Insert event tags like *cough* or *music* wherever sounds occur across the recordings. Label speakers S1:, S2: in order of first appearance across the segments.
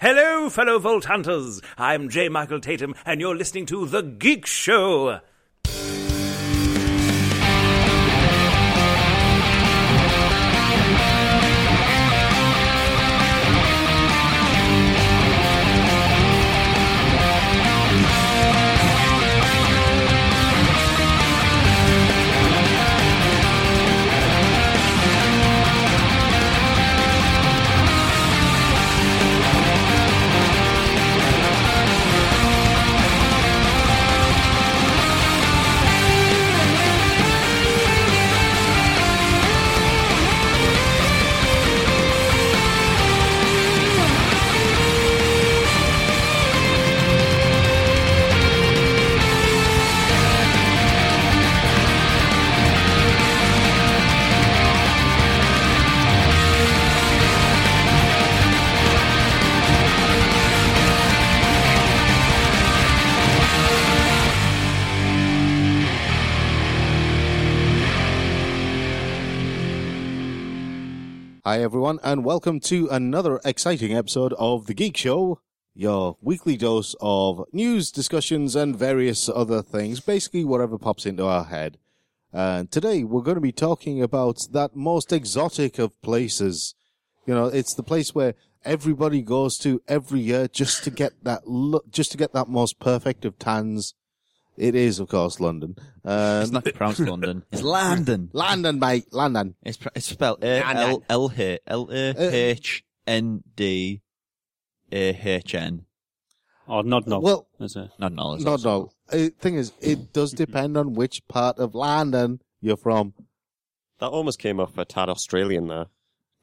S1: Hello, fellow Volt Hunters. I'm J. Michael Tatum, and you're listening to The Geek Show.
S2: Hi, everyone, and welcome to another exciting episode of The Geek Show, your weekly dose of news, discussions, and various other things, basically, whatever pops into our head. And today, we're going to be talking about that most exotic of places. You know, it's the place where everybody goes to every year just to get that look, just to get that most perfect of tans. It is, of course, London.
S3: It's
S2: Um,
S3: not
S2: *laughs*
S3: pronounced London. It's London.
S2: London, mate, London.
S3: It's pr- it's spelled A L L H L
S2: Uh,
S3: A H N D A H N.
S4: Or not no.
S2: Well,
S4: That's it.
S3: Not an L. is
S2: No,
S3: it?
S2: no. The thing is, it
S3: *laughs*
S2: does depend on which part of London you're from.
S5: That almost came off a tad Australian there.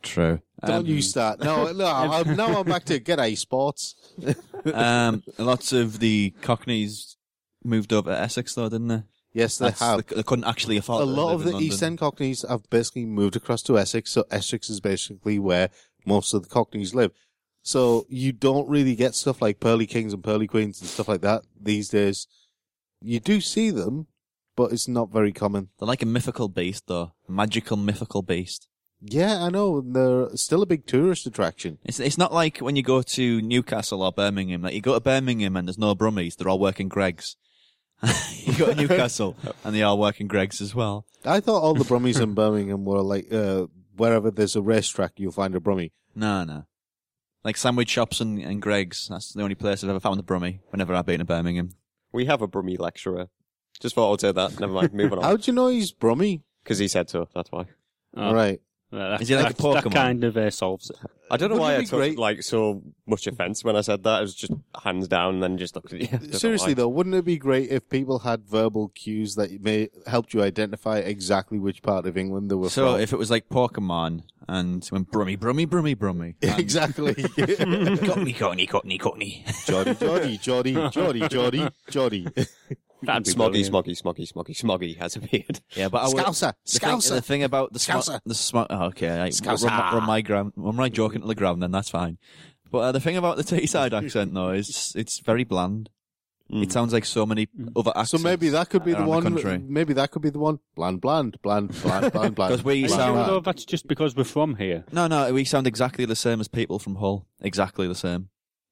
S3: True.
S2: Don't
S3: Um,
S2: you start. No,
S3: *laughs*
S2: no. I'm, now I'm back to g'day sports.
S3: um, lots of the Cockneys moved over to Essex, though, didn't they?
S2: Yes, they
S3: That's-
S2: have.
S3: They, they couldn't actually afford.
S2: A
S3: to
S2: lot
S3: live
S2: of
S3: in
S2: the
S3: London.
S2: East End Cockneys have basically moved across to Essex, so Essex is basically where most of the Cockneys live. So you don't really get stuff like Pearly Kings and Pearly Queens and stuff like that these days. You do see them, but it's not very common.
S3: They're like a mythical beast, though. Magical, mythical beast.
S2: Yeah, I know. They're still a big tourist attraction.
S3: It's it's not like when you go to Newcastle or Birmingham. Like you go to Birmingham and there's no Brummies. They're all working Gregs. *laughs* you go to Newcastle and they all working Gregs as well.
S2: I thought all the Brummies
S3: *laughs*
S2: in Birmingham were like uh, wherever there's a racetrack, you'll find a Brummie.
S3: No, no. Like sandwich shops and, and Greg's. That's the only place I've ever found the Brummy whenever I've been to Birmingham.
S5: We have a Brummie lecturer. Just thought I'd say that. Never mind.
S2: *laughs*
S5: Moving
S2: How
S5: on.
S2: do you know he's Brummie?
S5: Because he said so. That's why.
S4: Oh,
S2: Right.
S4: That,
S3: Is he like a
S4: that, that
S3: Pokemon?
S4: kind of uh, solves it.
S5: I don't know
S2: Wouldn't
S5: why
S2: it
S5: I
S2: be
S5: took
S2: great-
S5: like so much offence when I said that. It was just hands down, and then just looked at you. *laughs* I don't know
S2: Seriously
S5: why.
S2: though, wouldn't it be great if people had verbal cues that may helped you identify exactly which part of England they were *laughs*
S3: so
S2: from?
S3: if it was like Pokemon and when Brummy, Brummy, Brummy, Brummy.
S2: exactly.
S3: *laughs* Cockney, Cockney, Cockney, Cockney. *laughs*
S2: Joddy, Joddy, Joddy, Joddy, Joddy, Joddy.
S4: That'd be
S5: Smoggy,
S4: brilliant.
S5: smoggy, smoggy, smoggy, smoggy has appeared. *laughs*
S3: Yeah, but I would.
S2: Scouser,
S3: The thing, the
S2: Scouser.
S3: thing about the smog,
S2: Scouser.
S3: the smog. Oh, okay, right.
S2: Scouser.
S3: Run, run my ground, run my joke into the ground, then that's fine. But uh, the thing about the Teesside accent though is it's very bland. It sounds like so many other
S2: *laughs*
S3: accents.
S2: So maybe that could be the
S3: around
S2: one.
S3: country.
S2: maybe that could be the one. Bland, bland, bland, bland, bland, bland.
S3: *laughs* 'Cause we
S4: Are you
S2: bland,
S3: sound-
S4: sure
S2: bland.
S4: though that's just because we're from here?
S3: No, no, we sound exactly the same as people from Hull. Exactly the same.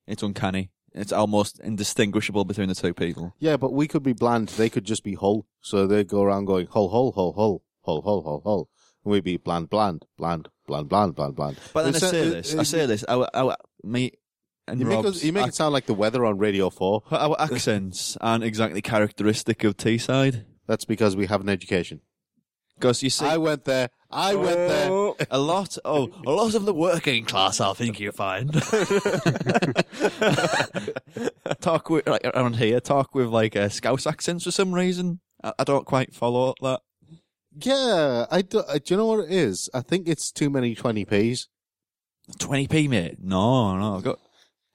S3: It's uncanny. It's almost indistinguishable between the two people.
S2: Yeah, but we could be bland. They could just be hull. So they go around going hull, hull, hull, hull, hull, hull, hull, hull. And we'd be bland, bland, bland, bland, bland, bland, bland.
S3: But then I
S2: It's a-
S3: say
S2: it-
S3: this.
S2: it-
S3: I say this. Our, our me and
S2: You make,
S3: Rob's
S2: us, you make it sound like the weather on Radio 4.
S3: ac- our accents aren't exactly characteristic of Teesside.
S2: That's because we have an education.
S3: Because you see,
S2: I went there. I went there.
S5: Oh,
S3: a lot. Oh, a lot of the working class. I think you find *laughs* talk with like around here. Talk with like uh, Scouse accents for some reason. I, I don't quite follow that.
S2: Yeah. I do, uh, do you know what it is? I think it's too many 20p's.
S3: 20p, mate. No, no, I've got.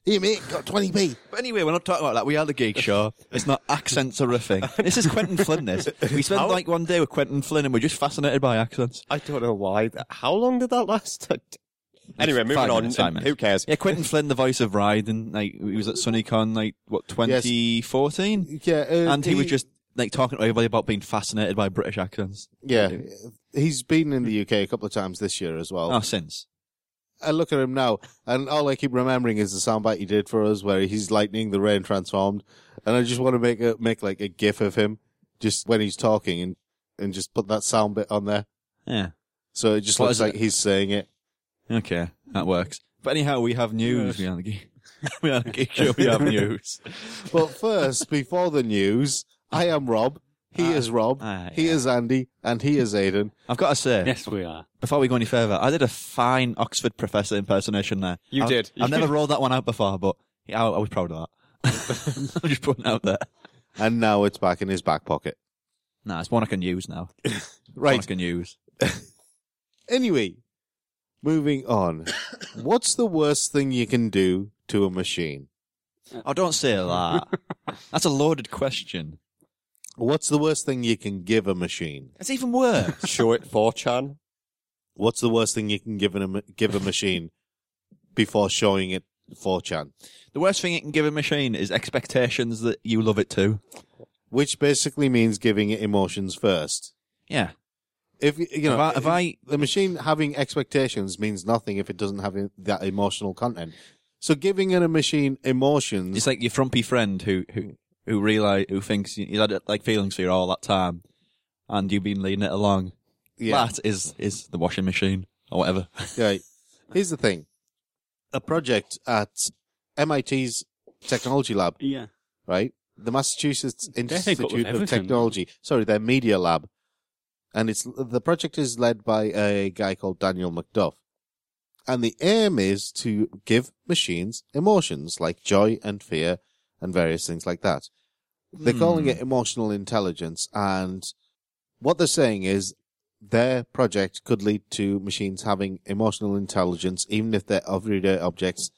S2: Here, mate, got 20p.
S3: But anyway, we're not talking about that. We are the geek show. It's not accents or a thing. This is Quentin Flynn. This we spent like one day with Quentin Flynn, and we're just fascinated by accents.
S5: I don't know why. How long did that last? *laughs* anyway, moving
S3: Five
S5: on.
S3: minutes, five
S5: and
S3: minutes.
S5: Who cares?
S3: Yeah, Quentin Flynn, the voice of Ride, and like he was at SunnyCon, like what 2014,
S2: Yeah, uh,
S3: and he, was just like talking to everybody about being fascinated by British accents.
S2: Yeah, he's been in the UK a couple of times this year as well.
S3: Oh, since
S2: I look at him now, and all I keep remembering is the soundbite he did for us, where he's lightning, the rain transformed, and I just want to make a make like a gif of him just when he's talking, and and just put that sound bit on there,
S3: yeah,
S2: so it just
S3: What
S2: looks
S3: is it?
S2: like he's saying it.
S3: okay, that works. But anyhow, we have news. We are the geek. *laughs* we are the geek show. We *laughs* have news.
S2: But
S3: *laughs*
S2: first, before the news, I am Rob. He is Rob.
S3: ah,
S2: he
S3: yeah.
S2: is Andy, and he is Aiden.
S3: I've got to say,
S4: Yes, we are.
S3: before we go any further, I did a fine Oxford professor impersonation there.
S5: You
S3: I've-
S5: did.
S3: I've never rolled that one out before, but yeah, I, I was proud of that. *laughs* I'm just putting it out there.
S2: And now it's back in his back pocket.
S3: Nah, it's one I can use now. One I
S2: Right.
S3: can use.
S2: Anyway, moving on. What's the worst thing you can do to a machine?
S3: Oh, don't say *laughs* that. That's a loaded question.
S2: What's the worst thing you can give a machine?
S3: It's even *laughs* worse.
S5: Show it for Chan.
S2: What's the worst thing you can give a give a machine before showing it 4chan?
S3: the worst thing it can give a machine is expectations that you love it too.
S2: Which basically means giving it emotions first.
S3: Yeah.
S2: If you you know,
S3: Have I- have I-
S2: the machine having expectations means nothing if it doesn't have that emotional content. So giving it a machine emotions
S3: It's like your frumpy friend who, who, who realize, who thinks you- you had like feelings for you all that time and you've been leading it along.
S2: Yeah.
S3: That is, is the washing machine or whatever.
S2: Right. Here's the thing. A project at MIT's Technology Lab,
S4: Yeah.
S2: right? The Massachusetts
S4: they got with
S2: Institute of
S4: everything.
S2: Technology. Sorry, their Media Lab. And it's the project is led by a guy called Daniel McDuff. And the aim is to give machines emotions like joy and fear and various things like that. They're calling it emotional intelligence and what they're saying is their project could lead to machines having emotional intelligence, even if they're everyday objects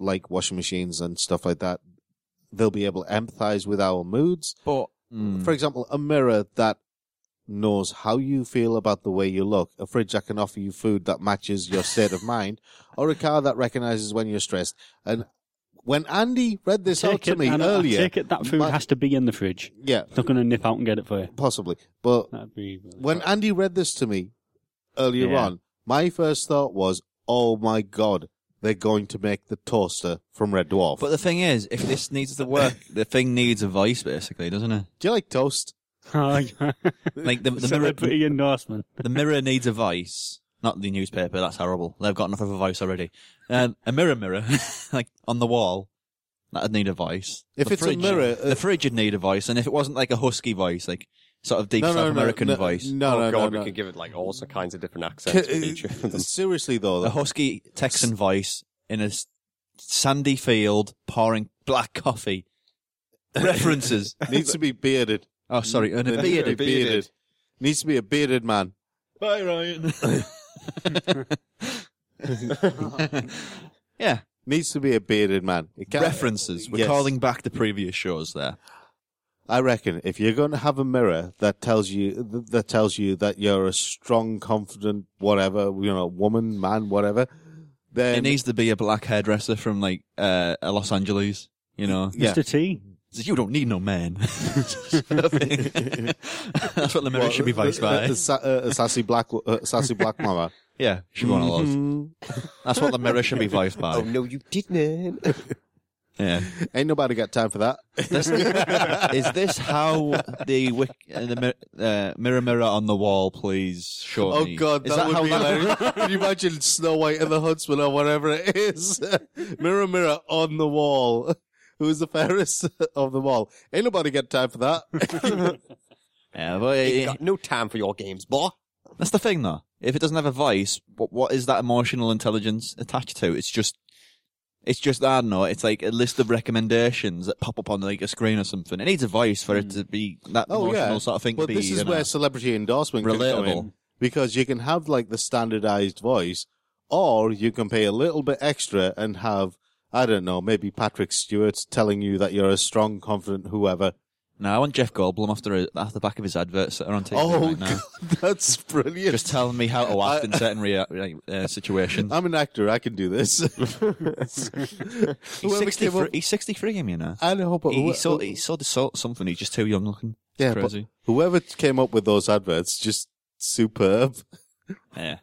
S2: like washing machines and stuff like that. They'll be able to empathize with our moods.
S3: But Hmm.
S2: For example, a mirror that knows how you feel about the way you look, a fridge that can offer you food that matches your state of mind, or a car that recognizes when you're stressed. And when Andy read this out to
S4: it,
S2: me
S4: and I
S2: earlier,
S4: take it that food
S2: my-
S4: has to be in the fridge.
S2: yeah,
S4: Not going to nip out and get it for you.
S2: possibly, but
S4: That'd be really
S2: when Andy read this to me earlier
S4: Yeah.
S2: on, my first thought was, "Oh my god, they're going to make the toaster from Red Dwarf."
S3: But the thing is, if this needs to work, the thing needs a voice, basically, doesn't it?
S2: Do you like toast?
S4: Oh, yeah.
S3: Like *laughs* the, the mirror,
S4: Celebrity endorsement.
S3: the mirror needs a voice, not the newspaper. That's horrible. They've got enough of a voice already. Um, a mirror, mirror, *laughs* like on the wall, that'd need a voice.
S2: If
S3: The
S2: it's a
S3: fridge-
S2: mirror, uh,
S3: the fridge would need a voice, and if it wasn't like a husky voice, like sort of deep
S2: No, no,
S3: South
S2: no,
S3: American
S2: no,
S3: voice,
S2: No,
S5: oh
S2: no,
S5: God,
S2: no, uh,
S5: we
S2: no.
S5: could give it like all kinds of different accents for each of
S2: *laughs*
S5: them.
S2: Seriously
S3: *laughs*
S2: though,
S3: a
S2: the
S3: husky Texan voice in a s- sandy field pouring
S2: *laughs*
S3: black coffee. References.
S2: needs to be bearded.
S3: Oh, sorry, and
S2: They
S3: a
S2: need to
S3: bearded.
S2: be bearded. Needs to be a bearded man.
S3: Bye, Ryan.
S2: *laughs*
S3: *laughs* yeah,
S2: Needs to be a bearded man. It can't-
S3: references. We're
S2: Yes.
S3: calling back the previous shows there.
S2: I reckon if you're going to have a mirror that tells you th- that tells you that you're a strong, confident, whatever, you know, woman, man, whatever,
S3: It
S2: then
S3: needs to be a black hairdresser from like uh, uh, Los Angeles. You know,
S2: Yeah.
S4: Mr. T.
S3: Says, you don't need no *laughs* man. That's what the mirror should be voiced
S2: A-
S3: by.
S2: a sa- uh, a- a sassy black, a sassy *laughs* black mama.
S3: Yeah, she won a lot.
S2: Mm-hmm.
S3: That's what the mirror should
S2: *laughs*
S3: be voiced
S2: Oh,
S3: by.
S5: no, you didn't.
S3: Yeah.
S2: Ain't nobody got time for that.
S3: This- is this how the wick, uh, the mir- uh, mirror mirror on the wall? Please show
S2: Oh
S3: me.
S2: God,
S3: is
S2: that, would
S3: how
S2: be hilarious. *laughs* Can you imagine Snow White and the Huntsman or whatever it is? *laughs* mirror, mirror on the wall. *laughs* Who is the fairest *laughs* of them all? Ain't nobody got time for *laughs* that.
S3: Yeah, but
S5: *laughs* You
S3: it-
S5: got no time for your games, boy.
S3: That's the thing, though. If it doesn't have a voice, what, what is that emotional intelligence attached to? It's just, it's just I don't know. It's like a list of recommendations that pop up on like a screen or something. It needs a voice for it to be that
S2: oh
S3: emotional
S2: yeah,
S3: sort of thing.
S2: Well,
S3: to be,
S2: this is
S3: you know.
S2: where celebrity endorsement can come in
S3: Relatable.
S2: because you can have like the standardized voice or you can pay a little bit extra and have, I don't know, maybe Patrick Stewart telling you that you're a strong, confident whoever.
S3: No, I want Jeff Goldblum after a, after the back of his adverts that are on TV
S2: Oh, *laughs*
S3: right now.
S2: God, that's brilliant.
S3: Just telling me how to act
S2: *laughs* I-
S3: in certain rea- like, uh, situations.
S2: I'm an actor. I can do this.
S3: *laughs* He's
S2: *laughs* Whoever
S3: 63,
S2: came up- Uh,
S3: he's 63 him, you know.
S2: I know, but
S3: He, he,
S2: whoe-
S3: saw, he saw the sort of something. He's just too young looking. It's
S2: Yeah, but-
S3: crazy.
S2: whoever came up with those adverts, just superb. *laughs*
S3: Yeah.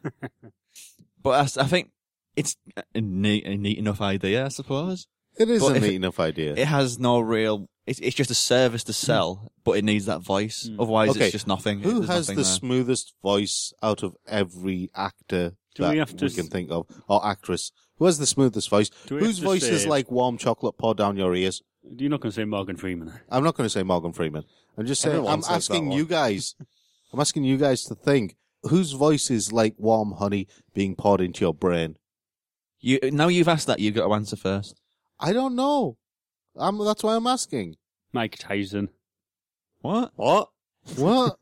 S3: but I s- I, think it's a neat, a neat enough idea, I suppose.
S2: It is
S3: But
S2: a
S3: if
S2: neat
S3: it-
S2: enough idea.
S3: It has no real. It's, it's just a service to sell, but it needs that voice. Otherwise,
S2: Mm. Okay.
S3: it's just nothing.
S2: Who
S3: There's
S2: has the
S3: nothing there.
S2: smoothest voice out of every actor
S4: Do
S2: that
S4: we
S2: we,
S4: have to s-
S2: can think of or actress? Who has the smoothest voice?
S4: Do we have
S2: Whose
S4: to
S2: voice is
S4: say-
S2: like warm chocolate poured down your ears?
S4: You're not going to say Morgan Freeman. eh?
S2: I'm not going to say Morgan Freeman. I'm just saying.
S5: Everyone
S2: I'm
S5: says that
S2: asking
S5: one.
S2: you
S5: *laughs*
S2: guys. I'm asking you guys to think. Whose voice is like warm honey being poured into your brain?
S3: You, now you've asked that, you've got to answer first.
S2: I don't know. I'm, that's why I'm asking.
S4: Mike Tyson.
S3: What?
S5: What? *laughs*
S2: What?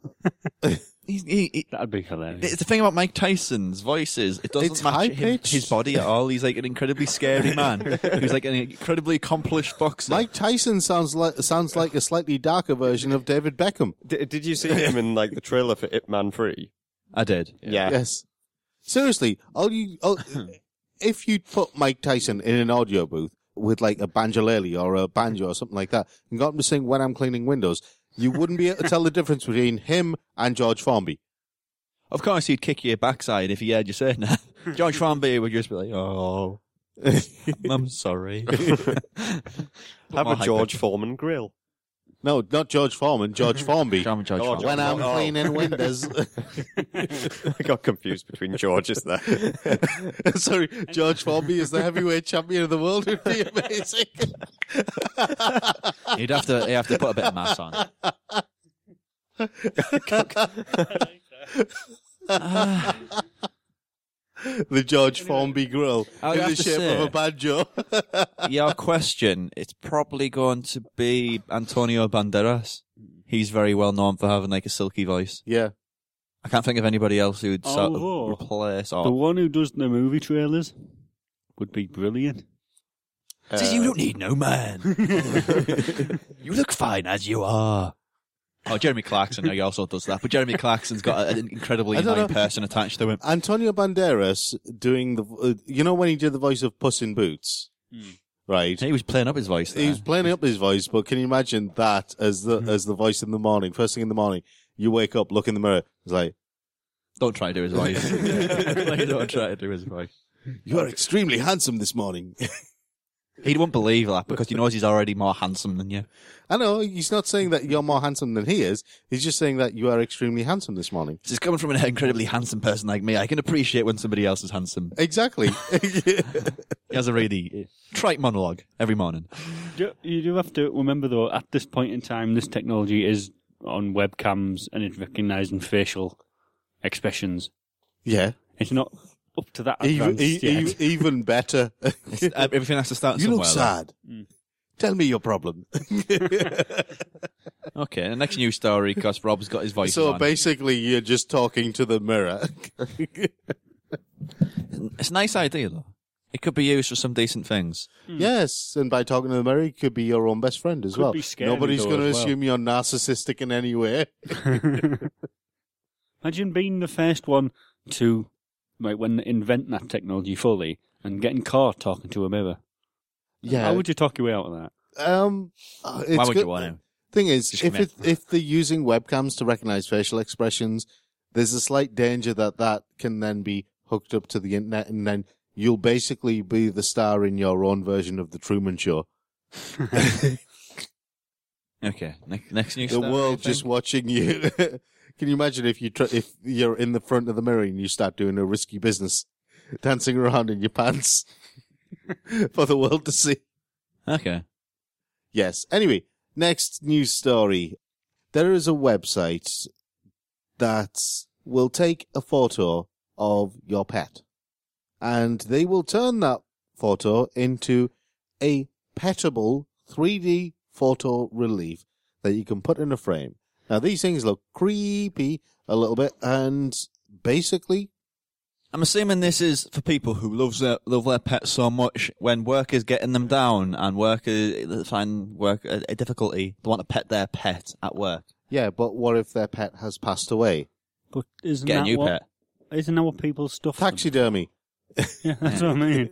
S3: He's, he, he,
S4: That'd be hilarious.
S3: it's the thing about Mike Tyson's voice is it doesn't
S2: It's
S3: match him,
S2: high-pitched.
S3: his body at all. He's like an incredibly
S2: *laughs*
S3: scary man who's like an incredibly accomplished boxer.
S2: Mike Tyson sounds like sounds like a slightly darker version of David Beckham.
S5: D- did you see him in like the trailer for Ip Man Three?
S3: I did.
S5: Yeah.
S2: Yes. Seriously, all you,
S3: *laughs*
S2: all, if you'd put Mike Tyson in an audio booth with like a banjolele or a banjo or something like that and got him to sing When I'm Cleaning Windows, you wouldn't be able to tell the difference between him and George Formby.
S3: Of course, he'd kick your backside if he heard you saying *laughs* that. George Formby would just be like, *laughs* "Oh, I'm *laughs* sorry."
S5: Have
S2: Oh
S3: more
S5: a
S3: high
S5: George
S3: pitch.
S5: Foreman grill.
S2: No, not George Foreman, George
S3: *laughs*
S2: Formby.
S3: George
S5: Oh,
S3: Formby.
S2: when I'm
S5: Oh.
S2: cleaning windows. *laughs*
S5: *laughs* I got confused between Georges there.
S2: Sorry, George Formby is the heavyweight champion of the world. Would be amazing. *laughs*
S3: he'd have to he'd have to put a bit of mass on.
S2: the George Formby grill
S3: I would
S2: in the
S3: have to
S2: shape
S3: say-
S2: of a banjo.
S3: *laughs*
S2: *laughs*
S3: Your question, it's probably going to be Antonio Banderas. He's very well known for having like a silky voice.
S2: yeah.
S3: I can't think of anybody else who would sort
S4: Oh.
S3: of replace
S4: The
S3: or.
S4: one who does the movie trailers would be brilliant.
S3: Says, you don't need no *laughs* man. you look fine as you are. Oh, Jeremy Clarkson, he also does that. But Jeremy Clarkson's got an incredibly
S2: I don't
S3: annoying
S2: know.
S3: person attached to him.
S2: Antonio Banderas doing the, uh, you know, when he did the voice of Puss in Boots, right?
S3: He was playing up his voice. There.
S2: He was playing up his voice, but can you imagine that as the as the voice in the morning? First thing in the morning, you wake up, look in the mirror, it's like
S3: Don't try to do his *laughs* voice. Like, don't try to do his voice.
S2: you are extremely handsome this morning. *laughs*
S3: He won't believe that because he knows he's already more handsome than you.
S2: I know he's not saying that you're more handsome than he is. He's just saying that you are extremely handsome this morning.
S3: This is coming from an incredibly handsome person like me. I can appreciate when somebody else is handsome.
S2: Exactly. *laughs*
S3: He has a really trite monologue every morning.
S4: Do, you do have to remember, though, at this point in time, this technology is on webcams and it's recognising facial expressions.
S2: yeah.
S4: It's not up to that
S2: Even,
S4: advanced
S2: e-
S4: yet.
S2: e- even better.
S3: It's- Uh, Everything has to start
S2: you
S3: somewhere.
S2: look
S3: though.
S2: sad. Tell me your problem.
S3: Okay, the next news story because Rob's got his voice
S2: So
S3: on.
S2: basically, you're just talking to the
S4: *laughs*
S2: mirror. Hmm.
S3: it's a nice idea though. It could be used for some decent things.
S2: Yes, and by talking to the mirror, you could be your own best friend as
S4: Could
S2: well.
S4: be scary,
S2: Nobody's
S4: though,
S2: going to
S4: as well.
S2: assume you're narcissistic in any
S4: *laughs*
S2: way.
S4: Imagine being the first one to, like, when they invent that technology fully and getting caught talking to a mirror.
S2: Yeah.
S4: How would you talk your way out of that?
S2: Um, uh, it's
S3: Why would
S2: good.
S3: you want to?
S2: Thing is,
S3: Just
S2: if
S3: commit.
S2: it, if they're using webcams to recognize facial expressions, there's a slight danger that that can then be hooked up to the internet, and then you'll basically be the star in your own version of the Truman
S4: *laughs*
S2: Show. *laughs*
S3: Okay, ne- next news.
S2: the
S3: story,
S2: world
S3: you think?
S2: just watching you. *laughs* Can you imagine if you tr- if you're in the front of the mirror and you start doing a risky business, dancing around in your pants *laughs* for the world to see?
S3: Okay.
S2: Yes. Anyway, next news story. There is a website that will take a photo of your pet and they will turn that photo into a petable 3D photo relief that you can put in a frame. Now, these things look creepy a little bit and basically
S3: I'm assuming this is for people who loves their, love their pets so much. When work is getting them down and work is, find work a, a difficulty, they want to pet their pet at work.
S2: Yeah, but what if their pet has passed away?
S4: But isn't
S3: Get a
S4: that
S3: new
S4: what?
S3: pet.
S4: Isn't that what people stuff? them?
S2: Taxidermy.
S4: *laughs* Yeah, that's what I mean.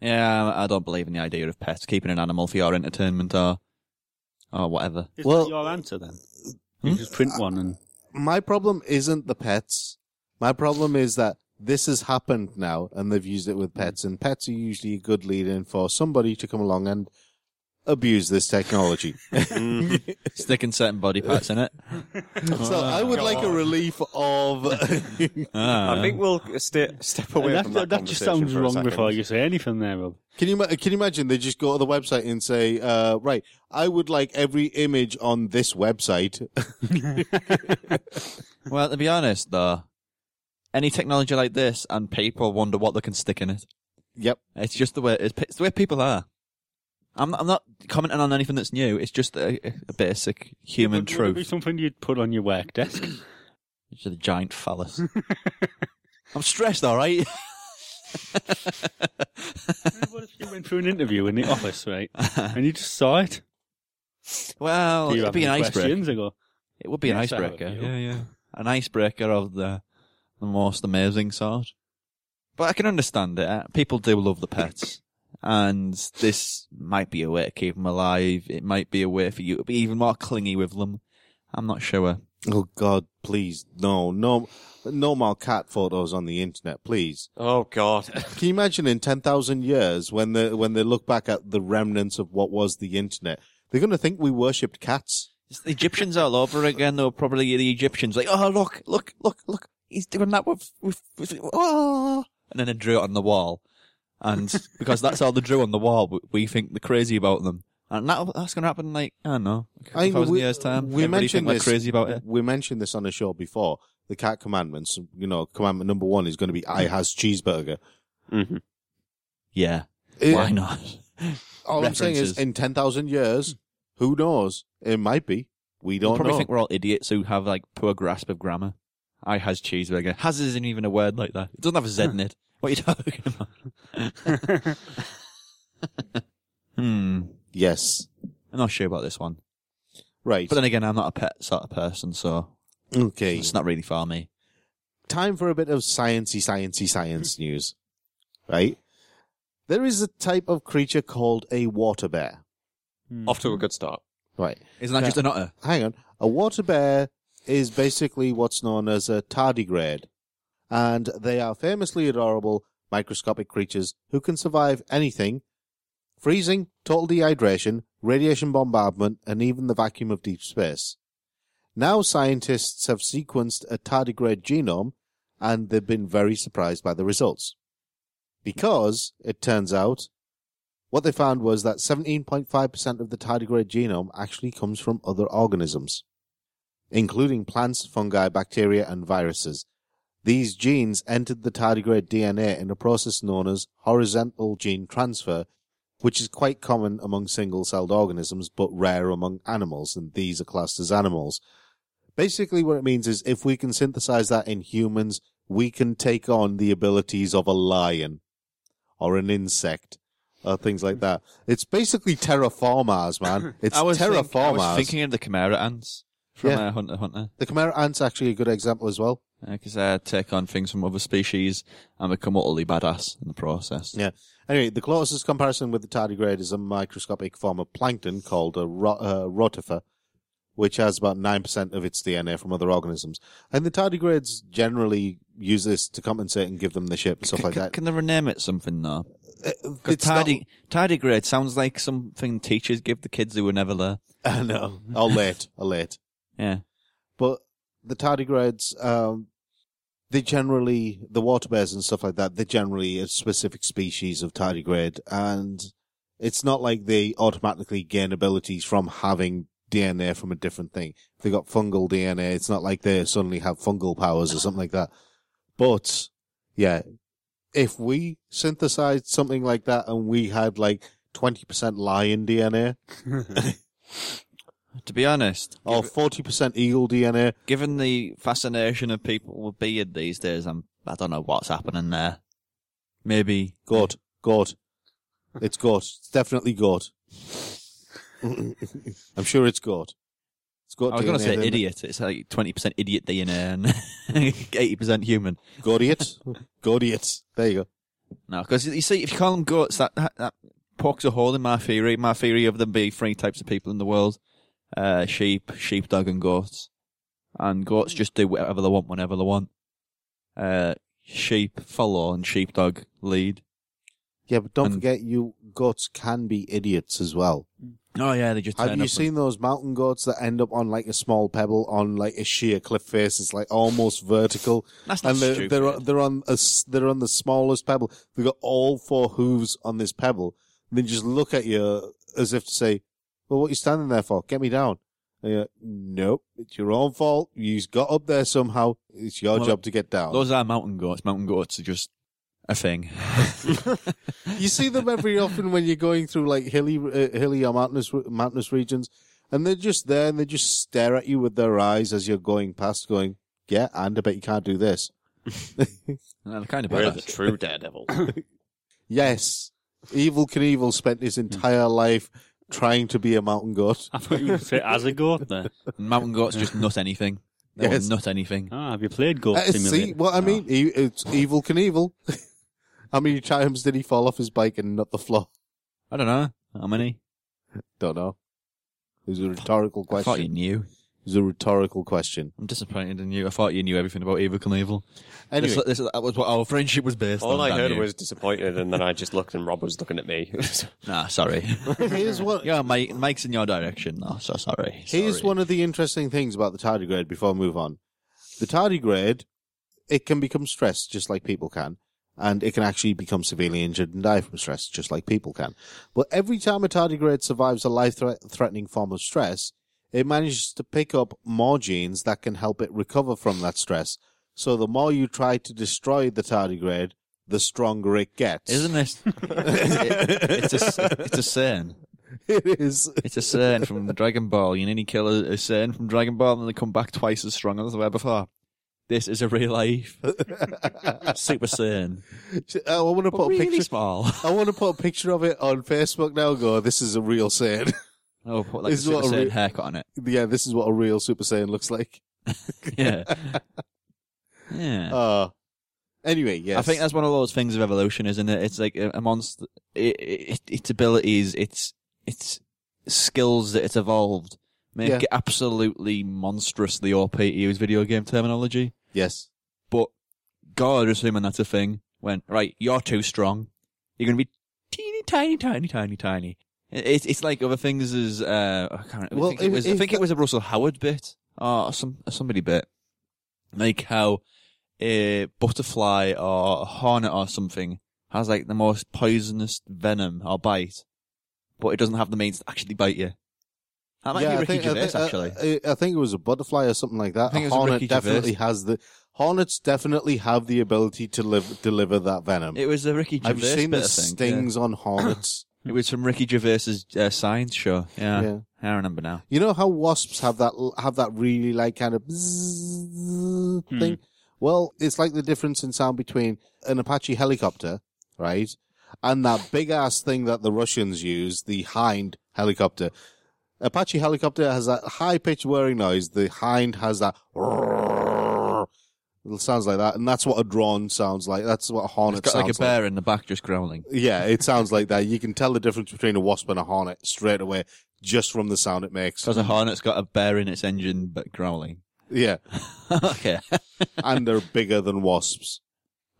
S3: Yeah, I don't believe in the idea of pets keeping an animal for your entertainment or or *laughs* whatever.
S4: Is
S2: Well-
S4: that your answer then? Hmm? You just print one and
S2: My problem isn't the pets. My problem is that this has happened now and they've used it with pets, and pets are usually a good lead in for somebody to come along and abuse this technology. *laughs*
S3: Sticking certain body parts in *laughs* it.
S2: so I would like a relief of *laughs*
S3: Ah.
S5: I think we'll sta- step away
S4: that,
S5: from
S4: that,
S5: that.
S4: that just sounds wrong before
S5: you.
S4: you say anything there, Rob.
S2: Can you ma- can you imagine? They just go to the website and say, uh, "Right, I would like every image on this website." *laughs*
S3: Well, to be honest, though, any technology like this, and people wonder what they can stick in it.
S2: yep.
S3: It's just the way it's, it's the way people are. I'm I'm not commenting on anything that's new. It's just a, a basic human
S4: Would- Would it be
S3: truth.
S4: something you'd put on your work desk.
S3: It's just a giant phallus. I'm stressed, all right. *laughs*
S4: what if you went through an interview in the office, right? And you just saw it.
S3: Well,
S4: Do you
S3: Oh, it'd
S4: have
S3: be an
S4: any
S3: icebreaker.
S4: questions? I go,
S3: It would be an
S4: Yes, I have a
S3: icebreaker.
S4: few.
S3: Yeah,
S4: *laughs*
S3: yeah. An icebreaker of the the most amazing sort. But I can understand it. Uh, People do love the pets. And this might be a way to keep them alive. It might be a way for you to be even more clingy with them. I'm not sure.
S2: Oh God, please, no, no, no more cat photos on the internet, please.
S5: Oh God.
S2: Can you imagine in ten thousand years when the when they look back at the remnants of what was the internet, they're going to think we worshipped cats.
S3: It's the Egyptians all over again, though. Probably the Egyptians like, oh look, look, look, look. He's doing that with, with, with oh. And then they drew it on the wall,
S2: *laughs*
S3: and because that's all they drew on the wall, we- we think they're crazy about them, and that, that's going to happen like I don't know, a
S2: I mean,
S3: thousand
S2: we-
S3: years time.
S2: we
S3: Everybody
S2: mentioned
S3: think we're
S2: this.
S3: crazy about it.
S2: We mentioned this on the show before. The cat commandments, you know, commandment number one is going to be
S3: Mm.
S2: "I has cheeseburger."
S5: hmm
S3: Yeah,
S2: It- *laughs*
S3: why not?
S2: All I'm saying is,
S3: References.
S2: in ten thousand years, who knows? It might be. We
S3: They'll
S2: don't
S3: probably
S2: know.
S3: think we're all idiots who have like poor grasp of grammar. I has cheeseburger. Has isn't even a word like that. It doesn't have a Z in it. What are you talking about?
S2: *laughs*
S3: *laughs* hmm.
S2: yes.
S3: I'm not sure about this one.
S2: Right.
S3: But uh, then again, I'm not a pet sort of person, so
S2: okay.
S3: it's not really for me.
S2: Time for a bit of sciencey, sciencey, science news. Right. There is a type of creature called a water bear.
S5: Off to a good start.
S2: Right.
S3: Isn't that
S2: Yeah.
S3: just an otter?
S2: Hang on. A water bear is basically what's known as a tardigrade, and they are famously adorable microscopic creatures who can survive anything. Freezing, total dehydration, radiation bombardment, and even the vacuum of deep space. Now scientists have sequenced a tardigrade genome and they've been very surprised by the results. Because, it turns out, what they found was that 17.5% of the tardigrade genome actually comes from other organisms, including plants, fungi, bacteria, and viruses. These genes entered the tardigrade DNA in a process known as horizontal gene transfer, which is quite common among single celled organisms but rare among animals, and these are classed as animals. Basically, what it means is if we can synthesize that in humans, we can take on the abilities of a lion or an insect or things like that. It's basically terraformers,
S3: *laughs*
S2: man. It's terraformers.
S3: think- I was thinking of the Chimera ants from
S2: Yeah.
S3: uh, Hunter x Hunter,
S2: The Chimera ant's actually a good example as well.
S3: because uh, take on things from other species and become utterly badass in the process.
S2: Yeah. Anyway, the closest comparison with the tardigrade is a microscopic form of plankton called a ro- uh, rotifer, which has about 9% of its DNA from other organisms. And the tardigrades generally use this to compensate and give them the ship and stuff
S3: C-
S2: like
S3: c- *laughs*
S2: that.
S3: Can they rename it something though? Because
S2: It's not-
S3: tardy, tardigrade sounds like something teachers give the kids who were never there.
S2: *laughs* I know. Or late. Or late.
S3: Yeah.
S2: But the tardigrades, um, they generally, the water bears and stuff like that, they're generally a specific species of tardigrade. And it's not like they automatically gain abilities from having DNA from a different thing. If they got fungal DNA, it's not like they suddenly have fungal powers or something like that. But, yeah, if we synthesized something like that and we had like 20% lion DNA
S3: To be honest,
S2: or 40% eagle DNA,
S3: given the fascination of people with beard these days, I'm I don't know what's happening there. Maybe
S2: God, God. It's God. It's definitely God. I'm sure it's God. It's God.
S3: I was going
S2: DNA,
S3: to say
S2: isn't it?
S3: idiot. It's like twenty percent idiot DNA and *laughs* eighty percent human.
S2: Gaudiot. Gaudiot. There you go.
S3: No, because you see, if you call them goats, that, that that pokes a hole in my theory. My theory of them being three types of people in the world: uh, sheep, sheepdog, and goats. And goats just do whatever they want whenever they want. Uh, sheep follow and sheepdog lead.
S2: Yeah, but don't
S3: And-
S2: forget, you goats can be idiots as well.
S3: Oh yeah, they just.
S2: Have
S3: turn
S2: you
S3: up
S2: seen those mountain goats that end up on like a small pebble on like a sheer cliff face? It's like almost vertical,
S3: And, that's not
S2: and they're
S3: stupid.
S2: they're on, they're on a s they're on the smallest pebble. They've got all four hooves on this pebble. And they just look at you as if to say, "Well, what are you standing there for? Get me down." And you're like, nope, it's your own fault. You got up there somehow. It's your
S3: Well,
S2: job to get down.
S3: Those are mountain goats. Mountain goats are just
S2: *laughs*
S3: a thing. *laughs*
S2: you see them every often when you're going through like hilly, uh, hilly or mountainous, mountainous regions, and they're just there and they just stare at you with their eyes as you're going past, going, "Yeah, and I bet you can't do this."
S3: *laughs* No, they're kind of
S5: We're the
S3: badass.
S5: true *clears throat* daredevil.
S2: Yes, Evil Knievel spent his entire life trying to be a mountain goat.
S4: I thought you would say as a goat there.
S3: Mountain goats just nut
S2: *laughs*
S3: anything. They
S2: Yes.
S3: will nut anything.
S4: Ah, have you played Goat
S2: Uh,
S4: Simulator? Ah.
S2: see what I mean? E- it's Evil Knievel. *laughs* How many times did he fall off his bike and nut the floor?
S3: I don't know how many.
S2: Don't know. It was a rhetorical
S3: I thought
S2: question.
S3: you
S2: It
S3: knew.
S2: was a rhetorical question.
S3: I'm disappointed in you. I thought you knew everything about Evil Knievel.
S2: Anyway,
S3: This, this, that was what our friendship was based on.
S5: All I
S3: damn
S5: heard
S3: you.
S5: was disappointed, and then I just looked, and Rob was looking at me. *laughs*
S2: *laughs*
S3: Nah, sorry.
S2: here's what
S3: yeah, Mike, Mike's in your direction. No, so sorry.
S2: Here's
S3: Sorry.
S2: one of the interesting things about the tardigrade before I move on. The tardigrade, it can become stressed just like people can, and it can actually become severely injured and die from stress just like people can. But every time a tardigrade survives a life threat- threatening form of stress, it manages to pick up more genes that can help it recover from that stress. So the more you try to destroy the tardigrade, the stronger it gets.
S3: Isn't this?
S2: *laughs*
S3: it, it's a it's a saying.
S2: it? *laughs* It is.
S3: It's a saying from Dragon Ball. You nearly kill a, a saying from Dragon Ball, and they come back twice as strong as they were before. This is a real life super saiyan,
S2: Uh, I want to
S3: but
S2: put a
S3: really
S2: picture.
S3: small.
S2: I want to put a picture of it on Facebook now. and Go, this is a real Saiyan.
S3: Oh, put like a
S2: This is
S3: super
S2: what a
S3: saiyan
S2: re-
S3: haircut on it.
S2: *laughs* yeah, this is what a real Super Saiyan looks like.
S3: Yeah, yeah.
S2: Uh, anyway, yes.
S3: I think that's one of those things of evolution, isn't it? It's like a, a monster. It, it, its abilities, its its skills that it's evolved make
S2: Yeah.
S3: it absolutely monstrously OP to use video game terminology.
S2: yes.
S3: But God, assuming that's a thing, when right, you're too strong, you're gonna be teeny tiny, tiny, tiny, tiny. It- It's it's like other things as uh, I can't. remember.
S2: Well,
S3: I think it,
S2: if-
S3: was I
S2: if
S3: think
S2: that-
S3: it was a Russell Howard bit or some or somebody bit, like how a butterfly or a hornet or something has like the most poisonous venom or bite, but it doesn't have the means to actually bite you. That might
S2: yeah,
S3: be Ricky
S2: I think, I
S3: Gervais
S2: think, uh, I-
S3: actually.
S2: I, I think it was a butterfly or something like that.
S3: I think
S2: a
S3: it was a
S2: hornet
S3: Ricky Gervais.
S2: definitely has the hornets definitely have the ability to live, deliver that venom.
S3: it was a Ricky Gervais
S2: I've seen
S3: bit,
S2: the
S3: I think, yeah.
S2: stings on hornets.
S3: It was from Ricky Gervais's uh, science show. Yeah.
S2: Yeah.
S3: I remember now.
S2: You know how wasps have that have that really like kind of bzzz thing. Well, it's like the difference in sound between an Apache helicopter, right, and that big ass thing that the Russians use, the Hind helicopter. Apache helicopter has that high pitched whirring noise. The Hind has that. It sounds like that, and that's what a drone sounds like. That's what a
S3: It's
S2: hornet
S3: got like a
S2: sounds like.
S3: bear in the back just growling.
S2: Yeah, it sounds like that. You can tell the difference between a wasp and a hornet straight away just from the sound it makes.
S3: Because a hornet's got a bear in its engine but growling. *laughs*
S2: Yeah.
S3: okay. *laughs*
S2: and they're bigger than wasps.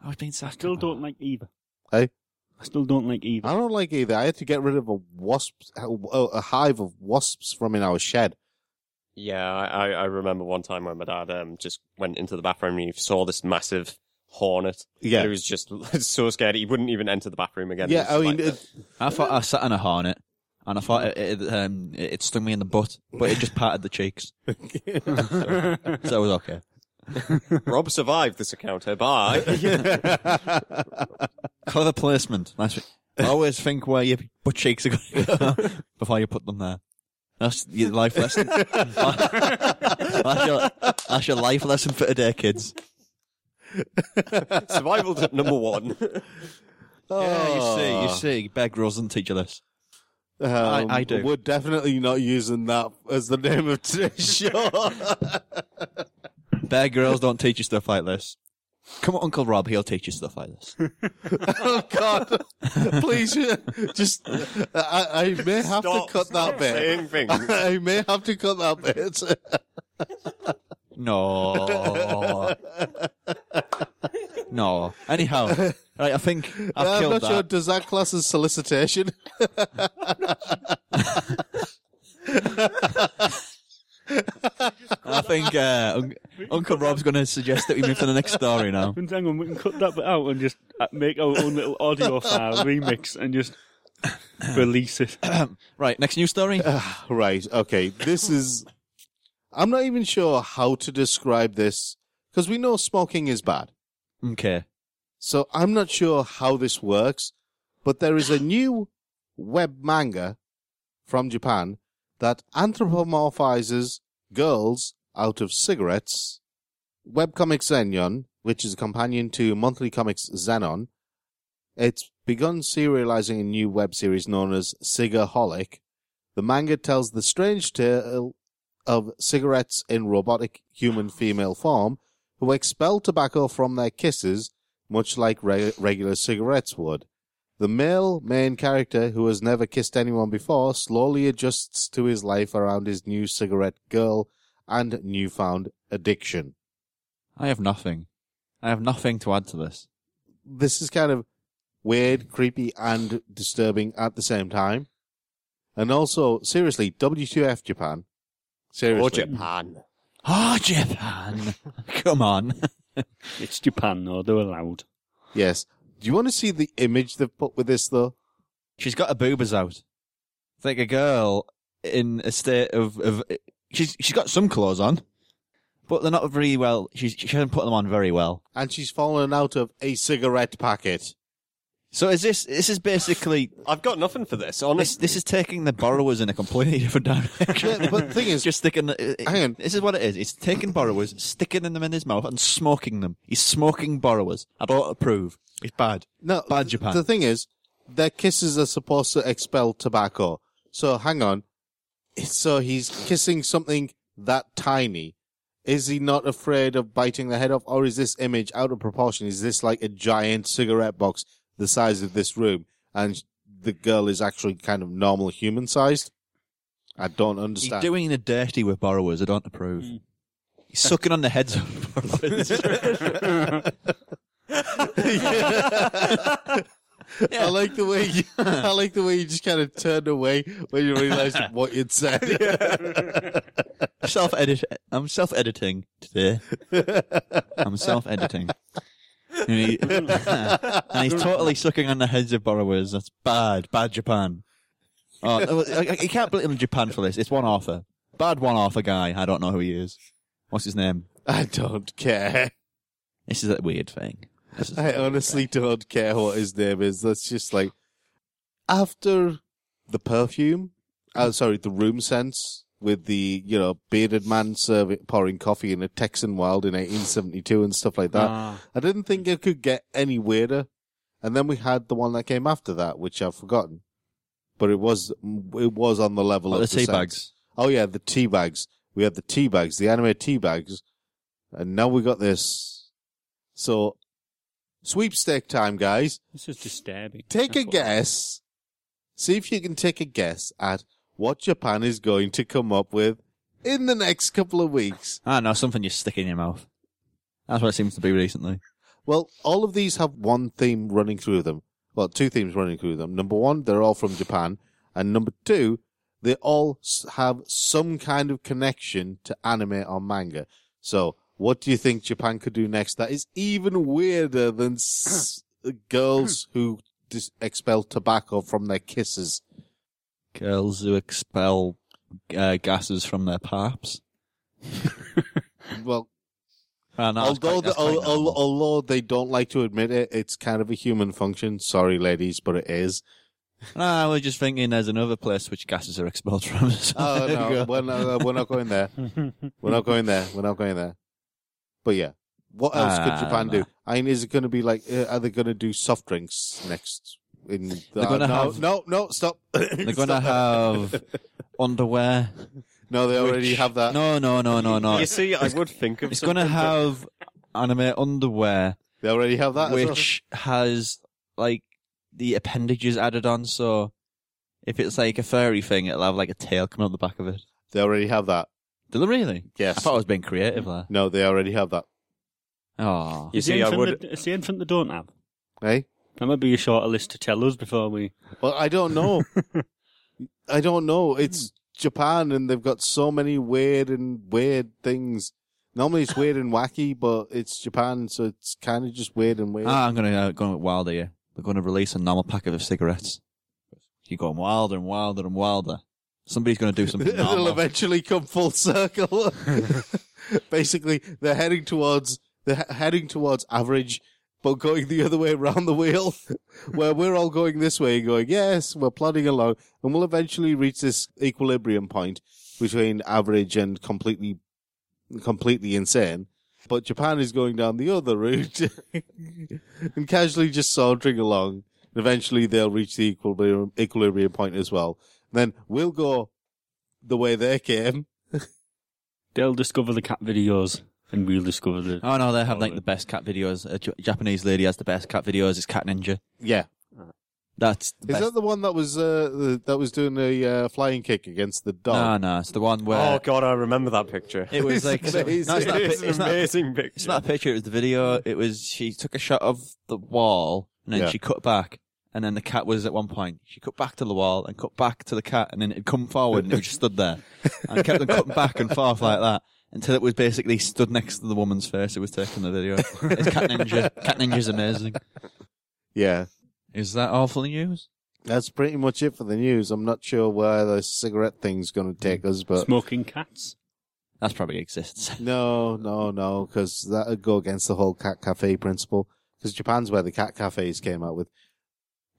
S3: I've been
S4: I still don't like either.
S2: Hey?
S4: I still don't like either.
S2: I don't like either. I had to get rid of a wasp, a a hive of wasps from in our shed.
S5: yeah, I, I I remember one time when my dad um, just went into the bathroom and he saw this massive hornet.
S2: Yeah.
S5: he was just *laughs* so scared he wouldn't even enter the bathroom again.
S2: yeah, I
S5: It was
S2: mean,
S5: just like
S2: it-
S3: I thought I sat on a hornet and I thought it, it, um, it, it stung me in the butt, but it
S2: *laughs*
S3: just patted the cheeks. so it was okay.
S5: that. Rob survived this encounter. Bye. *laughs*
S3: Clever placement. Nice. Always think where your butt cheeks are going to go *laughs* before you put them there. That's your life *laughs* lesson. that's, your, that's your life lesson for today, kids.
S5: Survival tip number one.
S3: Yeah, you see, you see, Bear Grylls doesn't teach you this.
S2: Um,
S3: I- I do.
S2: We're definitely not using that as the name of
S3: *laughs*
S2: today's show.
S3: Bear Grylls don't teach you stuff like this. Come on, Uncle Rob, he'll teach you stuff like this.
S2: oh God! Please, *laughs* uh, just *laughs* uh, I, I may have
S5: Stop
S2: to cut that bit.
S5: saying things.
S2: *laughs* I may have to cut that bit.
S3: *laughs* No. no. Anyhow, right, I think I've
S2: I'm
S3: killed
S2: not
S3: that.
S2: sure. Does that class as solicitation?
S3: I think uh, Un- Uncle Rob's going to suggest that we move to the next story now.
S4: And hang on, we can cut that bit out and just uh, make our own little audio file remix and just release it.
S3: Right, next news story.
S2: right. Okay. This is. I'm not even sure how to describe this because we know smoking is bad.
S3: Okay.
S2: So I'm not sure how this works, but there is a new web manga from Japan that anthropomorphizes girls out of cigarettes. Webcomic Zenyon, which is a companion to monthly comics Xenon, it's begun serializing a new web series known as Cigaholic. The manga tells the strange tale of cigarettes in robotic human female form who expel tobacco from their kisses much like re- regular cigarettes would. The male main character, who has never kissed anyone before, slowly adjusts to his life around his new cigarette girl and newfound addiction.
S3: I have nothing. I have nothing to add to this.
S2: This is kind of weird, creepy, and disturbing at the same time. And also, seriously, WTF Japan. Seriously.
S5: Or Japan.
S3: Ah, Japan. Come on.
S4: It's Japan, though, they're allowed.
S2: Yes. Do you want to see the image they've put with this, though?
S3: She's got her boobers out. It's like a girl in a state of, of she's she's got some clothes on, but they're not very well. She's, she hasn't put them on very well.
S2: And she's fallen out of a cigarette packet.
S3: So is this this is basically
S2: *sighs*
S5: I've got nothing for this,
S3: this
S5: honestly.
S3: this is taking the borrowers in a completely different direction.
S2: Yeah, but the
S3: *laughs*
S2: thing is-
S3: just sticking. it- it-
S2: Hang on.
S3: This is what it is. It's taking borrowers, sticking them in his mouth, and smoking them. He's smoking borrowers. I don't approve. It's bad.
S2: No,
S3: bad
S2: th-
S3: Japan.
S2: The thing is, their kisses are supposed to expel tobacco. So hang on. So he's kissing something that tiny. Is he not afraid of biting the head off, or is this image out of proportion? Is this like a giant cigarette box the size of this room, and the girl is actually kind of normal human sized? I don't
S3: He's
S2: understand.
S3: doing the dirty with borrowers. I don't approve.
S2: Hmm.
S3: He's sucking on the heads of borrowers.
S2: *laughs* *laughs* I like the way
S3: *laughs*
S2: you, I like the way you just kind of turned away when you
S3: *laughs*
S2: realised what you'd said.
S3: self edit. I'm self editing today. I'm self editing. And, he- *laughs* and he's totally sucking on the heads of borrowers. That's bad. Bad Japan. Oh, I, I- I can't blame Japan for this. It's one author. Bad one author guy. I don't know who he is. What's his name?
S2: *laughs* I don't care.
S3: This is a weird thing. This is-
S2: I honestly don't care what his name is. That's just like after the perfume. Oh, sorry, the room scents with the you know bearded man serving pouring coffee in a Texan wild in 1872 and stuff like that. I didn't think
S3: Mm.
S2: it could get any weirder. And then we had the one that came after that, which I've forgotten, but it was it was on the level
S3: Oh,
S2: of
S3: the tea
S2: scents.
S3: bags.
S2: Oh yeah, the tea bags. We had the tea bags, the anime tea bags, and now we got this. So, sweepstake time, guys.
S4: This is disturbing.
S2: Take a
S4: That's what-
S2: guess. See if you can take a guess at what Japan is going to come up with in the next couple of weeks.
S3: Ah, no, something you stick in your mouth. That's what it seems to be recently.
S2: Well, all of these have one theme running through them. Well, two themes running through them. Number one, they're all from Japan. And number two, they all s- have some kind of connection to anime or manga. So, what do you think Japan could do next that is even weirder than
S3: *coughs*
S2: s- girls who dis- expel tobacco from their kisses?
S3: Girls who expel uh, gases from their paps.
S2: Well,
S3: Ah, no, that's
S2: although,
S3: quite- that's
S2: the,
S3: quite
S2: al- al-
S3: normal.
S2: although they don't like to admit it, it's kind of a human function. Sorry, ladies, but it is.
S3: No, I was just thinking there's another place which gases are expelled from. *laughs* So
S2: Oh
S3: there you
S2: no,
S3: go. *laughs*
S2: we're not, we're not going there. We're not going there. We're not going there. But yeah, What else could
S3: Ah,
S2: Japan
S3: no.
S2: do? I mean, is it going to be like? Uh, are they going to do soft drinks next? In the,
S3: They're gonna
S2: no,
S3: have-
S2: no, no, stop.
S3: *laughs* They're going to have underwear.
S2: *laughs* no, they already
S3: which-
S2: have that.
S3: No, no, no, no, no.
S5: You see, I would think of
S3: It's going to
S5: something, but-
S3: have anime underwear,
S2: They already have that. as well.
S3: which has like the appendages added on. So if it's like a furry thing, it'll have like a tail coming out the back of it.
S2: they already have that.
S3: Do they really?
S2: Yes.
S3: I thought I was being creative there.
S2: No, they already have that.
S3: Oh,
S2: Mm.
S5: You
S4: Is the
S5: see, I
S4: anything
S5: would.
S4: that- is the anything they don't have?
S2: Hey,
S4: That might be a shorter list to tell us before we.
S2: well, I don't know. I don't know. It's Japan, and they've got so many weird and weird things. Normally, it's weird and wacky, but it's Japan, so it's kind of just weird and weird.
S3: ah, I'm going to uh, go wild here. They're going to release a normal packet of cigarettes. You're going wilder and wilder and wilder. Somebody's going to do
S2: *laughs*
S3: something.
S2: It'll
S3: normal.
S2: eventually come full circle. Basically, they're heading towards they're he- heading towards average, but going the other way around the wheel, where we're all going this way, going yes, we're plodding along, and we'll eventually reach this equilibrium point between average and completely, completely insane. But Japan is going down the other route and casually just sauntering along. And eventually, they'll reach the equilibrium, equilibrium point as well. Then we'll go the way they came.
S4: They'll discover the cat videos, and we'll discover the.
S3: Oh no, they have like the best cat videos. A J- Japanese lady has the best cat videos. It's Cat Ninja.
S2: Yeah,
S3: That's the
S2: is
S3: best.
S2: that the one that was uh, the, that was doing a uh, flying kick against the
S3: no,
S2: dog?
S3: no, it's the one where
S5: Oh God, I remember that picture.
S3: it
S5: *laughs*
S2: *laughs*
S3: was like.
S2: It's
S3: so- no, it's not. a pi-
S5: It is an
S3: it's not-
S5: amazing picture.
S3: it's not a picture. It was the video. It was she took a shot of the wall and then
S2: Yeah.
S3: she cut back. And then the cat was at one point. She cut back to the wall and cut back to the cat, and then it come forward and it just stood there and kept on cutting back and forth like that until it was basically stood next to the woman's face. It was taking the video. It's Cat Ninja. Cat Ninja's amazing.
S2: Yeah,
S3: Is that all for the news?
S2: that's pretty much it for the news. I'm not sure where the cigarette thing's going to take us, but *laughs*
S4: Smoking cats.
S3: That's probably exists.
S2: no, no, no, because that would go against the whole cat cafe principle. Because Japan's where the cat cafes came out with.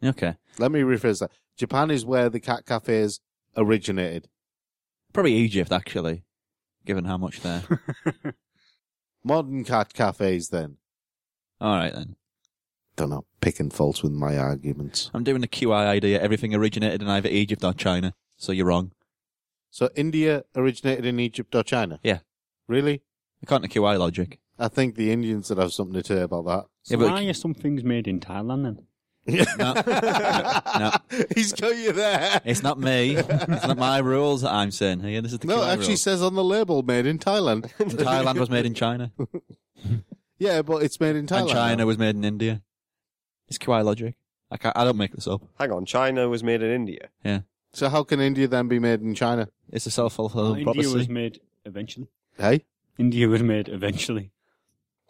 S3: Okay.
S2: Let me rephrase that. Japan is where the cat cafes originated.
S3: Probably Egypt, actually, given how much there.
S2: Modern cat cafes, then.
S3: All right, then.
S2: Don't know, picking faults with my arguments.
S3: I'm doing the QI idea. Everything originated in either Egypt or China. So you're wrong.
S2: So India originated in Egypt or China?
S3: Yeah.
S2: Really?
S3: According to QI
S2: *laughs*
S3: logic.
S2: I think the Indians would have something to say about that.
S4: So
S3: Yeah, but-
S4: why are some things made in Thailand then?
S2: *laughs*
S3: *laughs*
S2: He's got you there.
S3: It's not me. it's not my rules that I'm saying here. This is the
S2: no, it
S3: QI
S2: actually
S3: rule.
S2: says on the label made in Thailand.
S3: *laughs* And Thailand was made in China.
S2: yeah, but it's made in Thailand.
S3: and China was made in India. It's QI logic. I, can't, I don't make this up.
S5: Hang on, China was made in India.
S2: So how can India then be made in China?
S3: It's a self-fulfilling
S4: India was
S3: prophecy.
S4: made eventually.
S2: Hey?
S4: India was made eventually.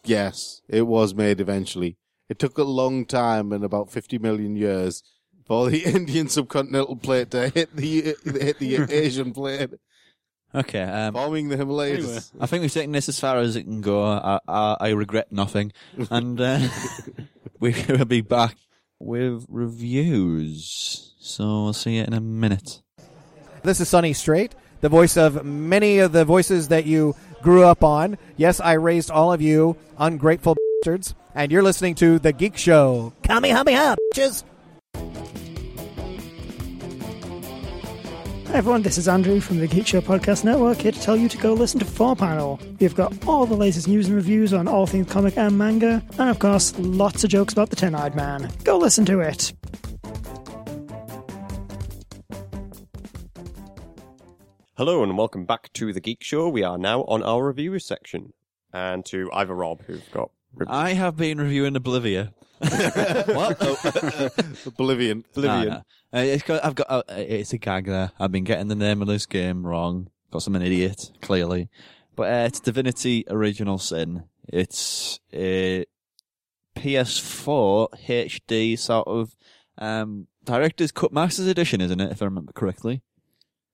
S2: Yes, it was made eventually. It took a long time and about 50 million years for the *laughs* Indian subcontinental plate to hit the hit
S3: *laughs*
S2: the Asian plate,
S3: Okay. Um,
S2: bombing the Himalayas.
S4: Anyway.
S3: I think we've taken this as far as it can go. I, I, I regret nothing. And uh, *laughs* we will be back with reviews. So we'll see you in a minute.
S6: This is Sonny Straight, the voice of many of the voices that you grew up on. Yes, I raised all of you ungrateful bastards, and you're listening to The Geek Show. Come here, me up, bitches.
S7: Hi everyone, this is Andrew from the Geek Show Podcast Network here to tell you to go listen to 4 Panel. We've got all the latest news and reviews on all things comic and manga, and of course, lots of jokes about the Ten Eyed Man. Go listen to it.
S5: Hello and welcome back to the Geek Show. We are now on our review section, and to Ivor Rob, who've got re-
S3: I have been reviewing Oblivia.
S2: *laughs*
S3: what?
S2: Oblivion.
S3: Oblivion. it's got, I've got. Uh, it's a gag there. I've been getting the name of this game wrong. Because I'm an idiot, clearly. But uh, it's Divinity Original Sin. It's a PS4 HD sort of um, director's cut masters edition, isn't it? If I remember correctly.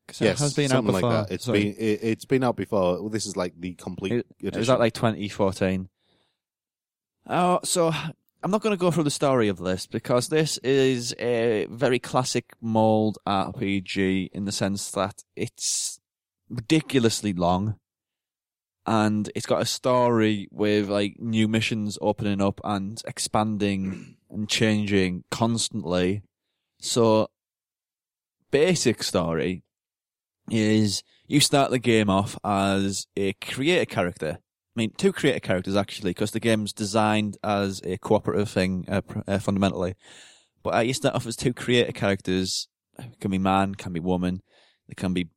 S3: 'Cause
S2: Yes,
S3: it has been out
S2: something
S3: before.
S2: like that. It's
S3: Sorry.
S2: been it, it's been out before. Well, this is like the complete.
S3: It, it
S2: edition.
S3: was out like 2014. Oh, so I'm not going to go through the story of this because this is a very classic mold RPG in the sense that it's ridiculously long. and it's got a story with like new missions opening up and expanding and changing constantly. So, basic story is you start the game off as a creator character. I mean, two creator characters actually, because the game's designed as a cooperative thing uh, pr- uh, fundamentally. But uh, you start off as two creator characters. It can be man, can be woman. They can be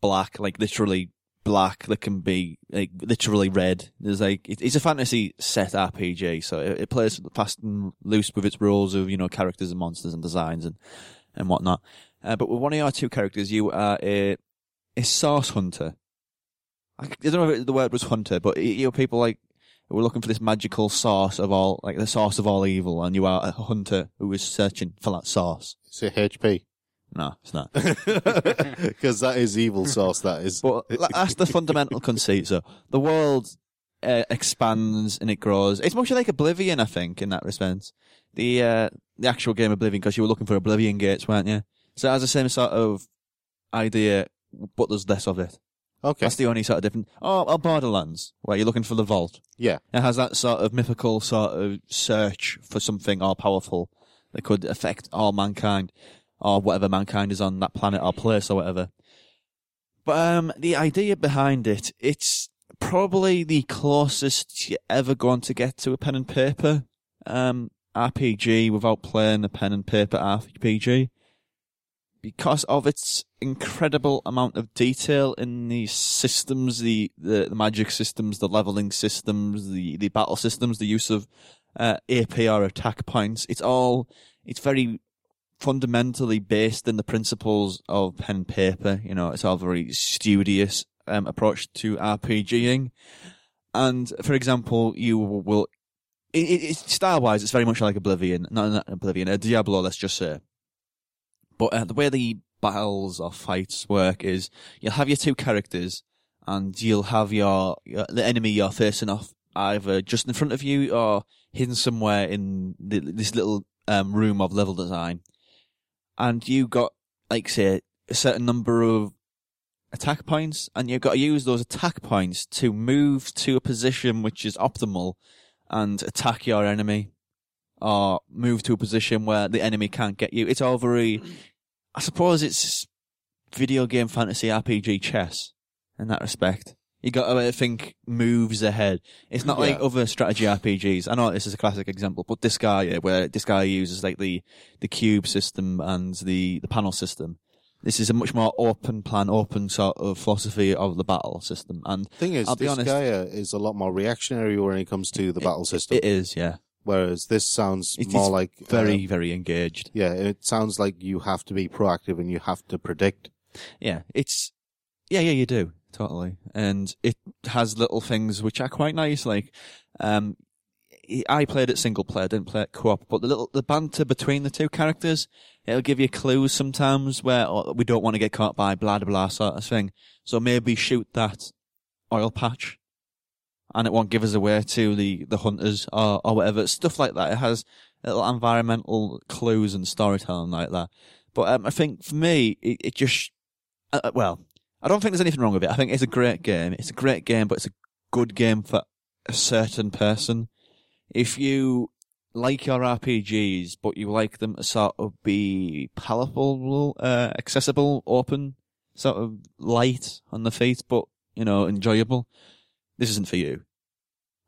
S3: black, like literally black. They can be like literally red. There's like it, it's a fantasy set RPG, so it, it plays fast and loose with its rules of you know characters and monsters and designs and and whatnot. Uh, but with one of your two characters, you are a a source hunter. I c- I don't know if it, the word was hunter, but y- you know people like we're looking for this magical source of all, like the source of all evil, and you are a hunter who is searching for that source.
S2: It's a *laughs* HP.
S3: No, it's not.
S2: Because that is evil sauce, that is.
S3: But tha- that's the fundamental conceit. So the world uh, expands and it grows. It's much like Oblivion, I think, in that respect. The uh, the actual game Oblivion, because you were looking for Oblivion gates, weren't you? So it has the same sort of idea, but there's less of it.
S2: Okay.
S3: That's the only sort of different. Oh, or Borderlands, where you're looking for the vault.
S2: Yeah.
S3: It has that sort of mythical sort of search for something all powerful that could affect all mankind or whatever mankind is on that planet or place or whatever. But um, the idea behind it, it's probably the closest you're ever going to get to a pen and paper um, RPG without playing a pen and paper RPG because of its incredible amount of detail in the systems, the, the, the magic systems, the leveling systems, the, the battle systems, the use of uh, AP or attack points. It's all, it's very fundamentally based in the principles of pen and paper. You know, it's all very studious um, approach to RPGing. And for example, you will, it, it, it's style-wise, it's very much like Oblivion, not, not Oblivion, a Diablo, let's just say. But uh, the way the battles or fights work is you'll have your two characters and you'll have your, your the enemy you're facing off either just in front of you or hidden somewhere in the, this little um, room of level design. And you got like say a certain number of attack points and you've got to use those attack points to move to a position which is optimal and attack your enemy or move to a position where the enemy can't get you. It's all very, I suppose it's video game fantasy RPG chess in that respect. You got to think moves ahead. It's not like
S2: Yeah.
S3: other strategy RPGs. I know this is a classic example, but this guy, yeah, where this guy uses like the, the cube system and the, the panel system. This is a much more open plan, open sort of philosophy of the battle system. And
S2: thing is,
S3: I'll be
S2: this
S3: honest.
S2: guy uh, is a lot more reactionary when it comes to the battle system,
S3: it is, yeah,
S2: whereas this sounds
S3: It
S2: more
S3: is
S2: like uh,
S3: very, very engaged.
S2: yeah, it sounds like you have to be proactive and you have to predict.
S3: yeah, it's yeah, yeah, you do totally, and it has little things which are quite nice. Like, um, I played it single player, didn't play it co-op, but the little the banter between the two characters, it'll give you clues sometimes where oh, we don't want to get caught by blah blah blah sort of thing. So maybe shoot that oil patch, and it won't give us away to the the hunters or or whatever stuff like that. It has little environmental clues and storytelling like that. But um, I think for me, it, it just uh, uh, well, I don't think there's anything wrong with it. I think it's a great game. It's a great game, but it's a good game for a certain person. If you like your RPGs, but you like them to sort of be palatable, uh, accessible, open, sort of light on the feet, but you know, enjoyable, this isn't for you.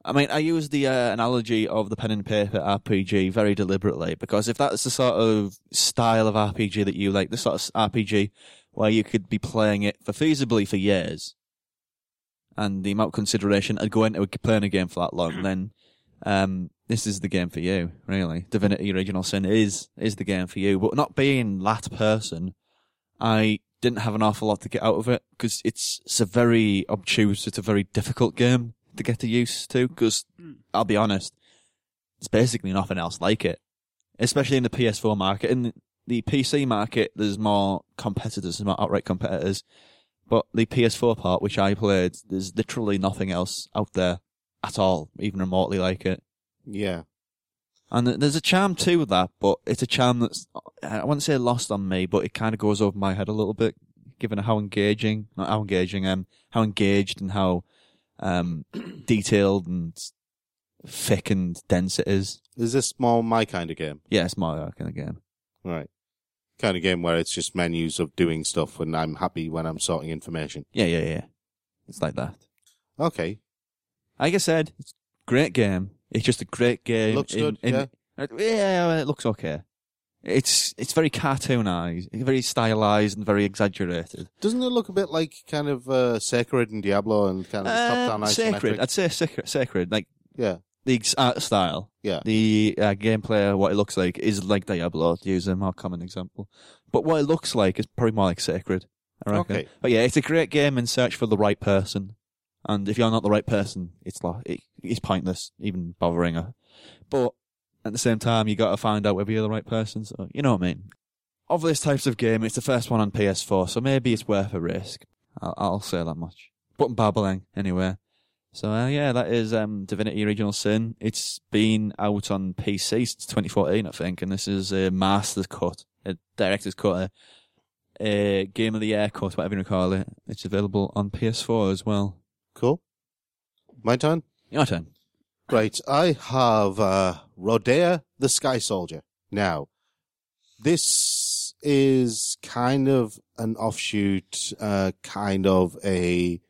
S3: I mean, I use the uh, analogy of the pen and paper RPG very deliberately because if that's the sort of style of RPG that you like, the sort of RPG where you could be playing it for feasibly for years, and the amount of consideration I'd go into playing a game for that long, then um, this is the game for you, really. Divinity Original Sin is is the game for you, but not being that person, I didn't have an awful lot to get out of it because it's it's a very obtuse, it's a very difficult game to get used to. Because I'll be honest, it's basically nothing else like it, especially in the PS4 market. In the PC market, there's more competitors, there's more outright competitors. But the PS4 part, which I played, there's literally nothing else out there at all, even remotely like it.
S2: Yeah,
S3: And th- there's a charm to that, but it's a charm that's, I wouldn't say lost on me, but it kind of goes over my head a little bit, given how engaging, not how engaging, um, how engaged and how um, *clears throat* detailed and thick and dense it is.
S2: Is this more my kind of game?
S3: Yeah, it's Mario kind of game.
S2: Right. Kind of game where it's just menus of doing stuff and I'm happy when I'm sorting information.
S3: Yeah, yeah, yeah. It's like that.
S2: Okay.
S3: Like I said, it's a great game. It's just a great game.
S2: Looks good, yeah.
S3: Uh, yeah, it looks okay. It's it's very cartoonized, very stylized, and very exaggerated.
S2: Doesn't it look a bit like kind of uh, Sacred and Diablo and kind of top
S3: Um,
S2: down
S3: sacred, I'd say sacred. Sacred, like
S2: Yeah.
S3: the ex- art style,
S2: Yeah.
S3: the uh, gameplay, what it looks like is like Diablo, to use a more common example. But what it looks like is probably more like Sacred. I reckon.
S2: Okay.
S3: But yeah, it's a great game in search for the right person. And if you're not the right person, it's lo- it, it's pointless even bothering her. But at the same time, you got to find out whether you're the right person. So you know what I mean. Of these types of game, it's the first one on PS4, so maybe it's worth a risk. I'll, I'll say that much. But I'm babbling anyway. So uh, yeah, that is um, Divinity: Original Sin. It's been out on PC since 2014, I think, and this is a master's cut, a director's cut, a, a game of the year cut, whatever you call it. It's available on PS4 as well.
S2: Cool. My turn?
S3: Your turn.
S2: Right, I have uh, Rodea the Sky Soldier. Now, this is kind of an offshoot, uh, kind of a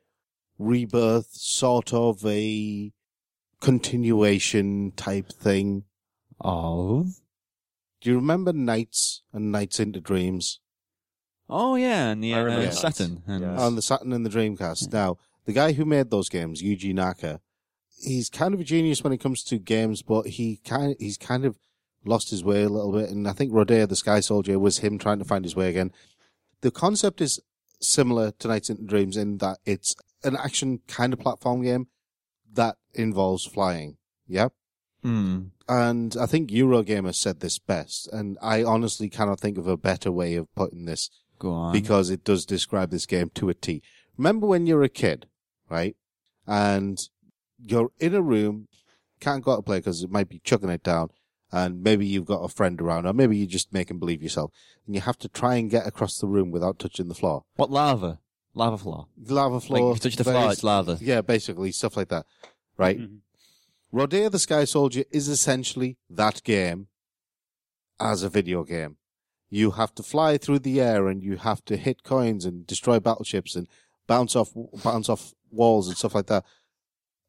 S2: rebirth, sort of a continuation type thing.
S3: Oh.
S2: Do you remember Nights and Nights into Dreams
S3: Oh yeah, and the
S5: I
S3: uh,
S5: remember that.
S3: Saturn. And
S5: Yes.
S2: on the Saturn and the Dreamcast? Now, the guy who made those games, Yuji Naka, he's kind of a genius when it comes to games, but he kind he's kind of lost his way a little bit. And I think Rodea the Sky Soldier was him trying to find his way again. The concept is similar to Nights into Dreams in that it's an action kind of platform game that involves flying. Yeah.
S3: Hmm.
S2: and I think Eurogamer said this best, and I honestly cannot think of a better way of putting this
S3: Go on.
S2: because it does describe this game to a T. Remember when you're a kid, right? And you're in a room, can't go out to play because it might be chucking it down, and maybe you've got a friend around, or maybe you're just making believe yourself, and you have to try and get across the room without touching the floor.
S3: what lava? Lava floor.
S2: Lava floor.
S3: Like, if you touch the floor,
S2: various-
S3: it's lava.
S2: Yeah, basically, stuff like that, right?
S4: Mhm.
S2: Rodea the Sky Soldier is essentially that game as a video game. You have to fly through the air and you have to hit coins and destroy battleships and bounce off bounce off walls and stuff like that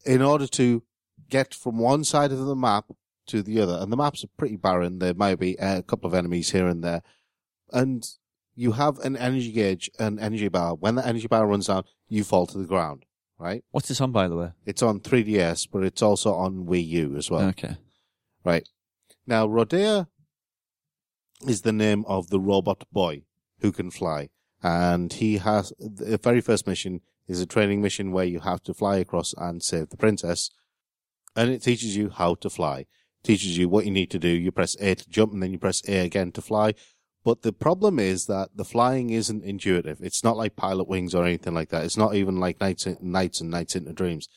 S2: in order to get from one side of the map to the other. And the maps are pretty barren. There might be uh, a couple of enemies here and there. And you have an energy gauge, an energy bar. When the energy bar runs out, you fall to the ground, right?
S3: What's this on, by the way?
S2: It's on 3DS, but it's also on Wii U as well.
S3: okay.
S2: Right. Now, Rodea is the name of the robot boy who can fly. And he has the very first mission is a training mission where you have to fly across and save the princess. And it teaches you how to fly, teaches you what you need to do. You press A to jump and then you press A again to fly. But the problem is that the flying isn't intuitive. It's not like pilot wings or anything like that. It's not even like nights, nights and nights into dreams.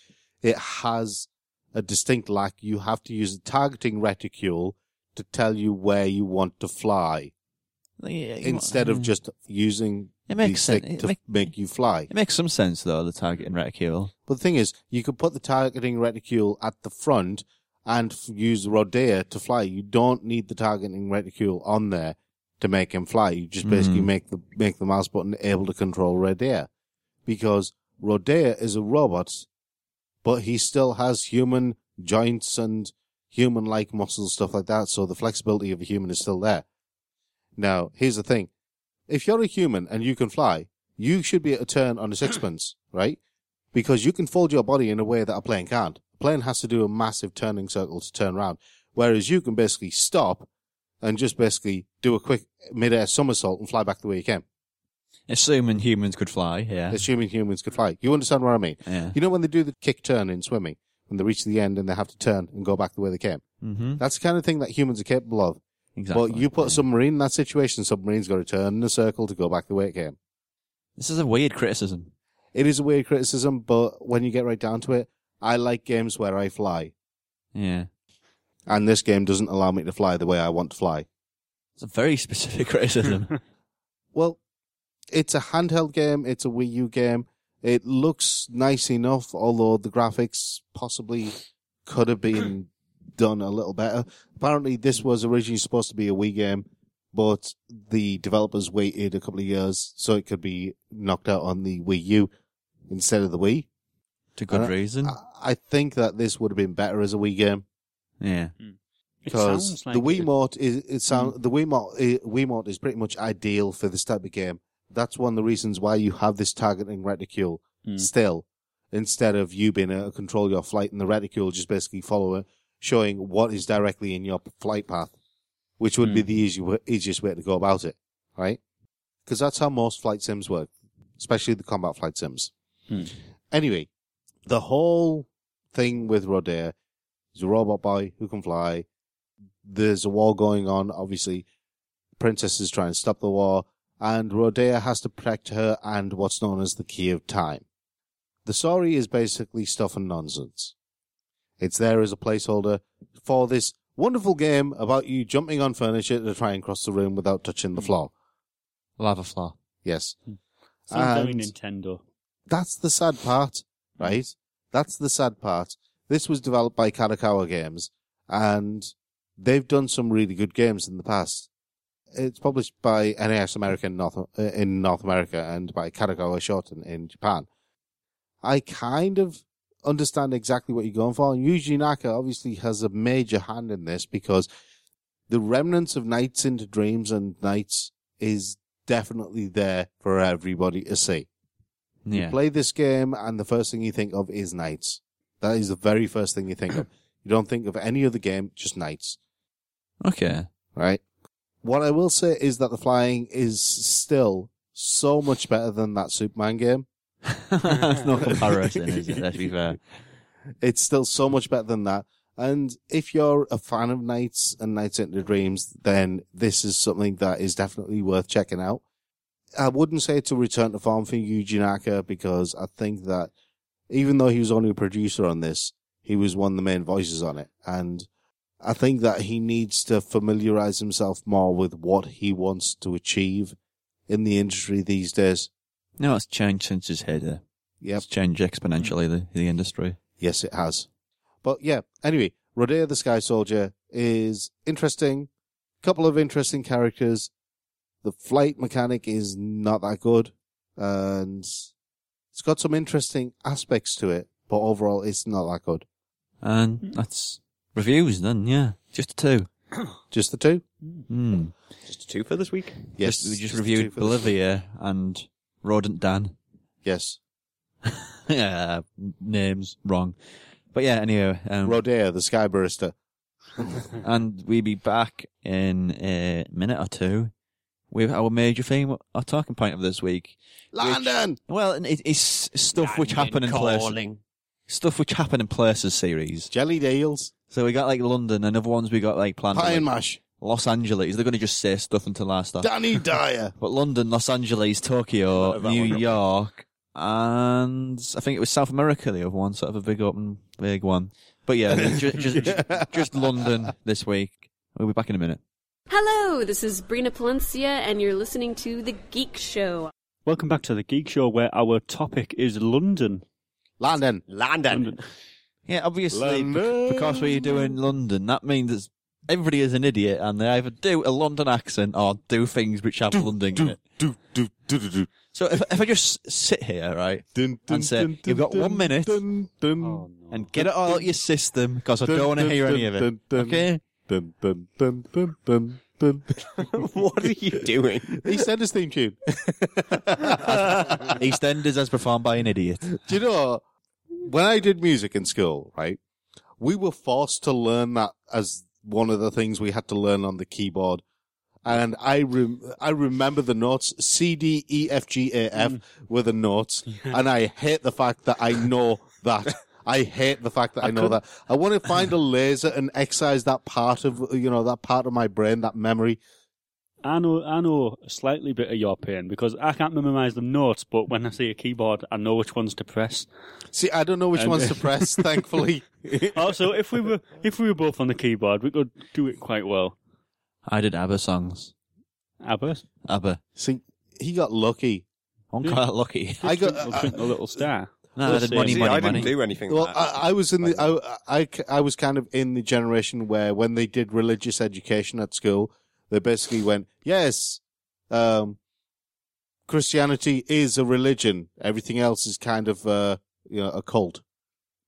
S2: It has a distinct lack, you have to use a targeting reticule to tell you where you want to fly instead of just using
S3: um, It makes
S2: the stick
S3: sense. It
S2: to
S3: make-
S2: make you fly.
S3: It makes some sense though, the target and reticule.
S2: But the thing is, you could put the targeting reticule at the front and f- use Rodea to fly. You don't need the targeting reticule on there to make him fly. You just basically make the make the mouse button able to control Rodea, because Rodea is a robot, but he still has human joints and human-like muscles, stuff like that. So the flexibility of a human is still there. Now, here's the thing: if you're a human and you can fly, you should be at a turn on a sixpence, right? because you can fold your body in a way that a plane can't. A plane has to do a massive turning circle to turn around, whereas you can basically stop and just basically do a quick mid-air somersault and fly back the way you came,
S3: Assuming humans could fly, yeah.
S2: assuming humans could fly. You understand what I mean?
S3: Yeah.
S2: You know when they do the kick turn in swimming, when they reach the end and they have to turn and go back the way they came?
S3: Mm-hmm.
S2: That's the kind of thing that humans are capable of.
S3: Exactly.
S2: But you put a submarine in that situation, submarine's got to turn in a circle to go back the way it came.
S3: This is a weird criticism.
S2: It is a weird criticism, but when you get right down to it, I like games where I fly.
S3: Yeah.
S2: and this game doesn't allow me to fly the way I want to fly.
S3: It's a
S2: *laughs*
S3: very *laughs* specific criticism.
S2: Well, it's a handheld game, it's a Wii U game, It looks nice enough, although the graphics possibly could have been done a little better. Apparently, this was originally supposed to be a Wii game, but the developers waited a couple of years so it could be knocked out on the Wii U instead of the Wii. I
S3: To good
S2: don't-
S3: reason.
S2: I, I think that this would have been better as a Wii game
S3: yeah.
S4: It
S2: because
S4: sounds like
S2: the
S4: it- Mm.
S2: Wiimote is it sound the Wiimote i- Wiimote is pretty much ideal for this type of game. That's one of the reasons why you have this targeting reticule
S4: Mm.
S2: still, instead of you being able to control your flight and the reticule just basically follow it, showing what is directly in your p- flight path, which would be
S4: Mm.
S2: the easy, wa- easiest way to go about it, right? Because that's how most flight sims work, especially the combat flight sims.
S4: Mm.
S2: Anyway, the whole thing with Rodea He's a robot boy who can fly. There's a war going on, obviously. Princess is trying to stop the war, and Rodea has to protect her and what's known as the Key of Time. The story is basically stuff and nonsense. It's there as a placeholder for this wonderful game about you jumping on furniture to try and cross the room without touching the floor.
S3: Lava flaw.
S2: Yes.
S4: Sounds very
S2: And-
S4: Nintendo.
S2: that's the sad part, right? That's the sad part. This was developed by Karakawa Games, and they've done some really good games in the past. It's published by NAS America in North, uh, in North America and by Karakawa Shoten in Japan. I kind of understand exactly what you're going for, and Yuji Naka obviously has a major hand in this because the remnants of Nights into Dreams and Nights is definitely there for everybody to see. You
S3: Yeah.
S2: play this game, and the first thing you think of is knights. That is the very first thing you think of. You don't think of any other game, just knights, *laughs*
S3: Okay.
S2: right? What I will say is that the flying is still so much better than that Superman game.
S3: That's no comparison, is it? Let's
S2: *laughs*
S3: be fair.
S2: It's still so much better than that. And if you're a fan of Knights and Knights into Dreams, then this is something that is definitely worth checking out. I wouldn't say it's a return to form for Yuji Naka because I think that even though he was only a producer on this, he was one of the main voices on it. And I think that he needs to familiarize himself more with what he wants to achieve in the industry these days.
S3: No, it's changed since his heyday.
S2: Yep.
S3: It's changed exponentially, the, the industry.
S2: Yes, it has. But yeah, anyway, Rodea the Sky Soldier is interesting. Couple of interesting characters. The flight mechanic is not that good. And it's got some interesting aspects to it, but overall it's not that good.
S3: And that's reviews then, yeah. Just two.
S2: Just the two?
S3: Hmm.
S5: Just a two for this week.
S2: Yes.
S3: Just, we just
S2: the two
S3: reviewed
S2: for the-
S3: Bolivia and Rodent Dan. *laughs*
S2: Yes.
S3: yeah, names wrong. But yeah, anyway, um,
S2: Rodea the Sky Barista.
S3: and we'll be back in a minute or two with our major theme, our talking point of this week.
S2: London!
S3: Well, and it, it's stuff which happened in places, stuff which happened in places series.
S2: Jelly Deals.
S3: So we got like London, and other ones we got like planned.
S2: Pie
S3: like,
S2: and Mash.
S3: Los Angeles. They're going to just say stuff until I start.
S2: Danny Dyer.
S3: But London, Los Angeles, Tokyo, New York, and I think it was South America, the other one, sort of a big open, big one. But yeah, just, just, just London this week. We'll be back in a minute.
S8: Hello, this is Brina Palencia, and you're listening to The Geek Show.
S4: Welcome back to the Geek Show, where our topic is London.
S2: London.
S5: London.
S3: Yeah, obviously, bec- because we're doing London, that means it's, everybody is an idiot and they either do a London accent or do things which have London in it.
S2: Do, do, do, do, do.
S3: So if, if I just sit here, right,
S2: Dun,
S3: And say, "You've got one minute."
S2: dun, dun,
S3: and get it all out your system because I don't want to hear any of it. Okay?
S2: Dun, dun, dun, dun, dun, dun.
S5: *laughs*
S3: *laughs*
S5: what are you
S2: *laughs*
S5: doing?
S2: he said his theme tune.
S3: EastEnders as performed by an idiot.
S2: Do you know, when I did music in school, right, we were forced to learn that as one of the things we had to learn on the keyboard. And I rem- I remember the notes C D E F G A F
S3: Mm.
S2: were the
S3: *laughs*
S2: notes, and I hate the fact that I know that. I hate the fact that I, know that. I want to find a laser and excise that part of you know that part of my brain, that memory.
S4: I know, I know a slightly bit of your pain because I can't memorise the notes, but when I see a keyboard, I know which ones to press.
S2: See, I don't know which
S4: And-
S2: one's to press.
S4: *laughs*
S2: thankfully,
S4: Also, if we were if we were both on the keyboard, we could do it quite well.
S3: I did ABBA songs.
S4: Abbas,
S2: *laughs*
S3: ABBA.
S2: see, he got lucky.
S3: I'm
S2: *laughs*
S3: quite lucky.
S2: I got.
S4: We'll
S2: I-
S4: print a little star.
S3: No, I did
S4: see.
S3: money,
S5: See,
S3: money,
S5: I didn't
S3: money.
S5: do anything.
S2: Well,
S5: like that.
S2: I, I was in the I, I, I was kind of in the generation where when they did religious education at school, they basically went, "Yes, um, Christianity is a religion. Everything else is kind of uh, you know a
S4: *laughs*
S2: cult." *laughs*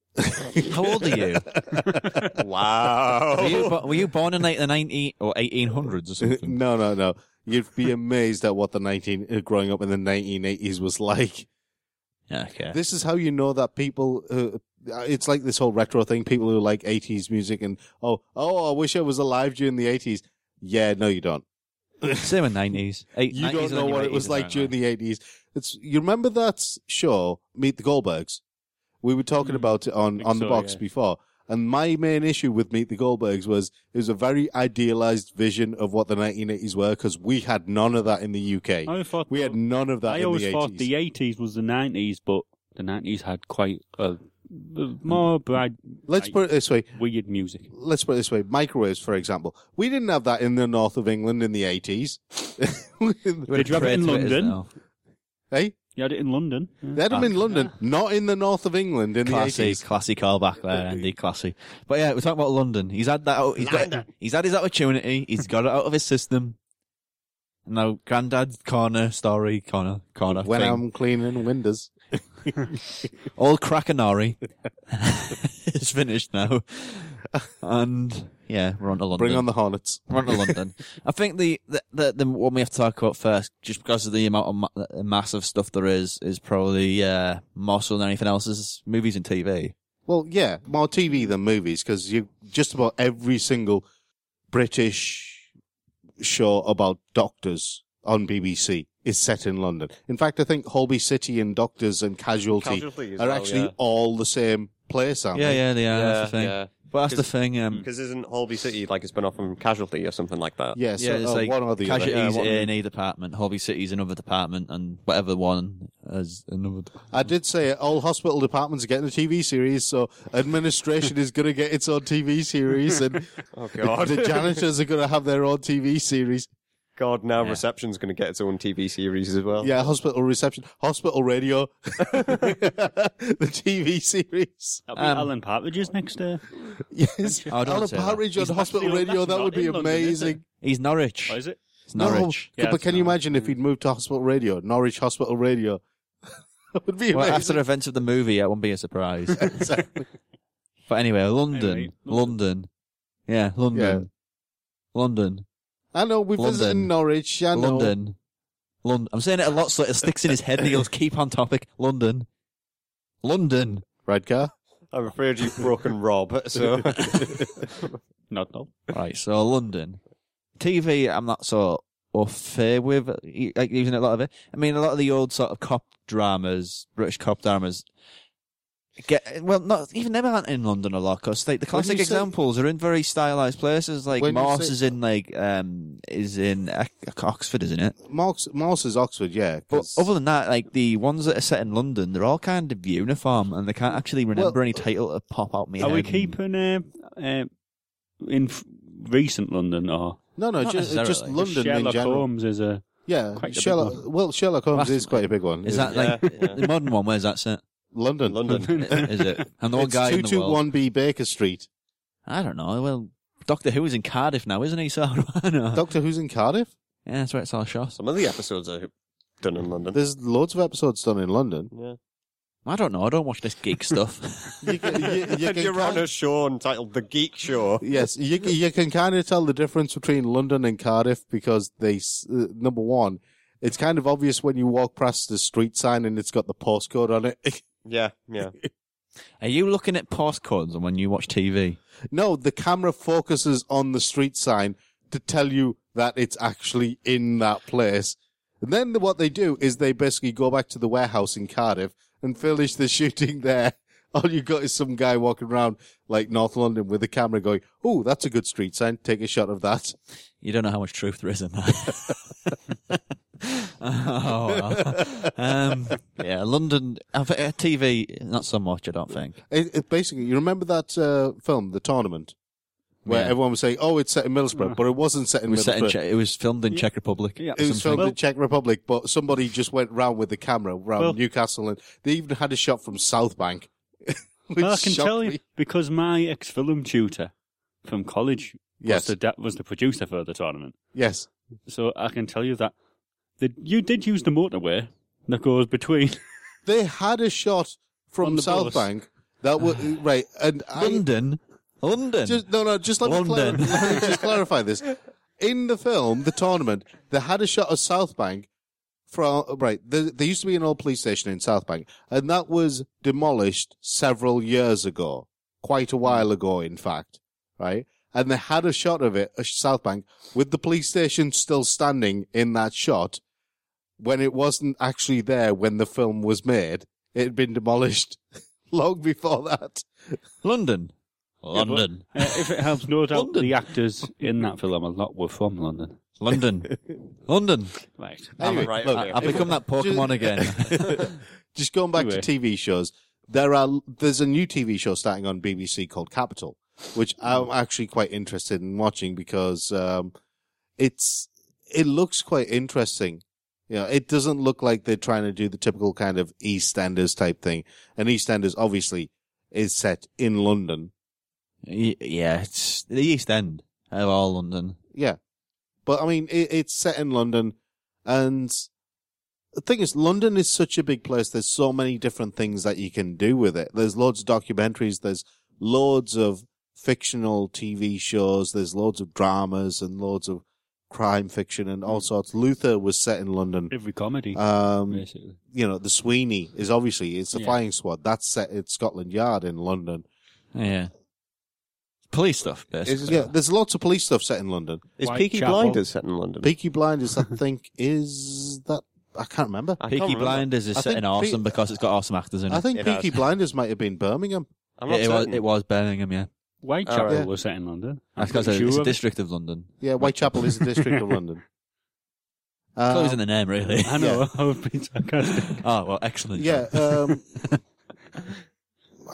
S3: How old are you? uh,
S5: wow.
S3: *laughs* Were you, bo- were you born in like the 19 or
S2: *laughs*
S3: 1800s or something?
S2: Oh. no, no, no. You'd be amazed at what the nineteen uh, growing up in the nineteen eighties was like.
S3: Yeah, okay.
S2: *laughs* This is how you know that people. Uh, it's like this whole retro thing. People who like eighties music and oh, oh, I wish I was alive during the eighties. Yeah, no, you don't.
S3: Same in 90s. Eight,
S2: You
S3: 90s
S2: don't
S3: and
S2: know
S3: then
S2: what
S3: your
S2: it was
S3: 80s,
S2: like
S3: right,
S2: during
S3: right.
S2: the eighties. It's you remember that show, Meet the Goldbergs. We were talking about it on
S4: Mm. think
S2: on the
S4: so,
S2: box
S4: yeah.
S2: before, and my main issue with Meet the Goldbergs was it was a very idealized vision of what the nineteen eighties were because we had none of that in the UK.
S4: I thought
S2: we had none of that
S4: I
S2: in
S4: always
S2: the
S4: thought
S2: eighties.
S4: the 80s was the 90s, but the 90s had quite a, more bright,
S2: Let's put it this way:
S4: weird music.
S2: let's put it this way microwaves for example we didn't have that in the north of england in the 80s
S3: We're
S4: Did you have it in
S3: afraid to
S4: London?
S3: now.
S2: *laughs* hey
S4: You had it in London. Yeah.
S2: they had them in london not in the north of england in
S3: Classy,
S2: the 80s
S3: classy call back there, Andy. Classy. But yeah, we're talking about London. He's had that. Out, he's, got, he's had his opportunity. He's got it out of his system. Now, Grandad's corner story, corner, corner.
S2: when
S3: thing.
S2: i'm cleaning windows
S3: Old Krakenari *laughs* is finished now. And yeah, we're on to London.
S2: bring on the hornets
S3: We're on to London. I think the, the, the, the one we have to talk about first, just because of the amount of ma- the mass of stuff there is, is probably, uh, more so than anything else is movies and TV.
S2: well yeah more tv than movies because you just about every single british show about doctors on bbc is set in london in fact i think holby city and doctors and casualty,
S5: Casualty as
S2: are
S5: well,
S2: actually
S5: yeah.
S2: all the same place aren't
S3: Yeah,
S2: they
S3: yeah, they are. that's the
S5: Yeah,
S3: thing.
S5: yeah.
S3: But that's the thing. Um,
S5: Because isn't Holby City like a spin off from Casualty or something like that?
S2: yeah, so,
S3: yeah, it's
S2: uh,
S3: like
S2: one or the other.
S3: casualties
S5: Yeah, one-
S3: in a department, Hobby City's another department, and whatever one is another. department.
S2: I did say it, all hospital departments are getting a TV series, so administration is going to get its own TV series, and
S3: *laughs*
S5: Oh,
S2: the,
S5: God. *laughs*
S2: the janitors are going to have their own TV series.
S5: God, now
S3: Yeah.
S5: Reception's going to get its own TV series as
S3: Oh.
S5: well.
S2: Yeah, hospital reception, hospital radio, *laughs* the TV series.
S4: That'll be Alan Partridge's next. Uh,
S2: Yes,
S3: Oh, don't
S2: Alan
S3: say that.
S2: Partridge on
S4: He's-
S2: hospital
S4: that's-
S2: radio.
S4: that's
S2: That
S4: not
S2: would be
S4: in London, is
S2: amazing.
S3: He's Norwich.
S4: what is it?
S3: It's Norwich.
S4: Yeah,
S2: but
S4: it's
S2: can you
S4: Norwich.
S2: imagine if he'd moved to hospital radio, Norwich Hospital Radio? *laughs* that would be amazing.
S3: Well, after the events of the movie, it won't be a surprise.
S2: *laughs* Exactly.
S3: but anyway, London,
S4: Anyway,
S3: London,
S4: London.
S3: yeah, London, London,
S2: I know we visited
S3: London.
S2: Norwich. I know.
S3: London, London. I'm saying it a lot, so it sticks in his
S2: *laughs*
S3: head. and He'll keep on topic. London, London.
S2: Red car.
S5: I'm afraid you've broken
S3: *laughs*
S5: Rob, so. *laughs*
S4: Not all.
S3: Right, so London. TV, I'm not so au fait with, e- like, using a lot of it. I mean, a lot of the old sort of cop dramas, British cop dramas, get, well, not, even them aren't in London a lot, because like, the
S2: When you
S3: classic
S2: say-
S3: examples are in very stylized places, like
S2: When you
S3: Morse
S2: say-
S3: is in, like, um, is in uh, Oxford, isn't it?
S2: Morse, Morse is Oxford, yeah.
S3: But
S2: 'cause-
S3: other than that, like, the ones that are set in London, they're all kind of uniform, and they can't actually remember
S2: Well-
S3: any title to pop out me
S4: Are
S2: um,
S4: we keeping uh, uh, in f- recent London or
S2: No, no,
S3: Not
S2: just, just
S3: necessarily.
S2: London in
S4: Sherlock
S2: general.
S4: Holmes is a
S2: Yeah,
S4: Quite a big
S2: Sherlock. Well, Sherlock Holmes is quite a big one.
S3: Is that, like, the modern one, where's that set?
S2: London?
S5: London.
S3: Is
S2: *laughs*
S3: it? And the one
S2: It's
S3: guy in the world.
S2: 221B Baker Street.
S3: *laughs* I don't know. Well, Doctor Who is in Cardiff now, isn't he? *laughs* So I know.
S2: Doctor Who's in Cardiff?
S3: yeah, that's where it's all shot.
S5: *laughs* Some of the episodes are done in London.
S2: There's loads of episodes done in London.
S5: Yeah.
S3: I don't know. I don't watch this geek
S2: *laughs*
S3: stuff.
S2: You can, you, you
S5: and
S2: can
S5: you're on
S2: kind
S5: a show entitled The Geek *laughs* Show.
S2: yes, you, you can kind of tell the difference between London and Cardiff because they, s- uh, number one, it's kind of obvious when you walk past the street sign and it's got the postcode on it. *laughs*
S5: Yeah, yeah.
S3: Are you looking at postcodes and when you watch TV?
S2: no, the camera focuses on the street sign to tell you that it's actually in that place. And then what they do is they basically go back to the warehouse in Cardiff and finish the *laughs* shooting there. All you got is some guy walking around like North London with a camera going, Oh, that's a good street sign. Take a shot of that. *laughs*
S3: You don't know how much truth there is in that. *laughs* oh, well. um, yeah, London uh, TV, not so much, I don't think.
S2: It, it basically, you remember that uh, film, The Tournament? where
S3: Yeah. Uh-huh.
S2: everyone was saying, "Oh, it's set in Middlesbrough," but it wasn't set in
S3: It was, set in
S2: Middlesbrough.
S3: Czech, it was filmed in Czech Republic.
S4: Yeah.
S3: or
S2: it was
S3: something.
S2: filmed in Czech Republic, but somebody just went round with the camera round
S4: Well-
S2: Newcastle, and they even had a shot from South Bank. *laughs* which
S4: Well, I can
S2: shocked
S4: tell you
S2: me.
S4: because my ex film tutor from college
S2: Yes.
S4: was, the, da- was the producer for the tournament.
S2: Yes,
S4: So I can tell you that the, you did use the motorway that goes between.
S2: they had a shot
S4: On
S2: from
S4: the
S2: South
S4: bus.
S2: Bank that
S4: *sighs*
S2: was right, and I,
S3: London, London.
S2: Just, no, no, just let me, clar- *laughs*
S3: London.
S2: let me just clarify this. In the film, the tournament, they had a shot of South Bank from, right, there, there used to be an old police station in South Bank, and that was demolished several years ago. Quite a while ago, in fact, right? And they had a shot of it, uh, South Bank, with the police station still standing in that shot when it wasn't actually there when the film was made. It had been demolished *laughs* long before that.
S3: London, London,
S4: Uh, if it helps, no doubt
S3: London.
S4: the actors in that film a lot were from London.
S3: London,
S2: *laughs*
S3: London.
S4: Right.
S2: Anyway,
S5: right,
S2: look,
S5: okay.
S3: I become that Pokemon again.
S2: *laughs* just going back
S4: Anyway.
S2: to TV shows, there are there's a new TV show starting on BBC called Capital, which
S3: Hmm.
S2: I'm actually quite interested in watching because um, it's it looks quite interesting. You know, it doesn't look like they're trying to do the typical kind of EastEnders type thing, and EastEnders obviously is set in London.
S3: Y- yeah, it's the East End of all London.
S2: Yeah. But I mean, it, it's set in London. And the thing is, London is such a big place. There's so many different things that you can do with it. There's loads of documentaries. There's loads of fictional TV shows. There's loads of dramas and loads of crime fiction and all sorts. Luther was set in London.
S4: Every comedy,
S2: Um,
S4: basically.
S2: you know, the Sweeney is obviously, it's the
S4: Yeah.
S2: flying squad. That's set at Scotland Yard in London.
S3: Yeah, police stuff.
S2: It's-
S3: Basically.
S2: yeah, there's lots of police stuff set in London.
S5: Is
S4: Whitechapel.
S5: Peaky Blinders set in London?
S2: Peaky Blinders, I think, is that I can't remember.
S5: I can't
S3: Peaky
S5: remember.
S3: Blinders is
S2: I
S3: set
S2: think
S3: in awesome
S2: Pe-
S3: because it's got awesome actors in it.
S2: I think
S5: It
S2: Peaky
S5: has.
S2: Blinders might have been Birmingham.
S5: I'm not
S3: it, it was
S5: certain.
S3: it was Birmingham. Yeah,
S4: Whitechapel
S2: Alright.
S4: was set in London. I'm
S3: that's because
S4: pretty
S3: it's
S4: sure
S3: a
S4: of it.
S3: district of London.
S2: Yeah, Whitechapel is a district
S3: *laughs*
S2: of London.
S3: It's always
S2: Um,
S3: in the name, really.
S4: I know.
S2: *laughs*
S4: *laughs* I was being sarcastic.
S3: *laughs* oh well, excellent.
S2: yeah. Um,
S3: *laughs*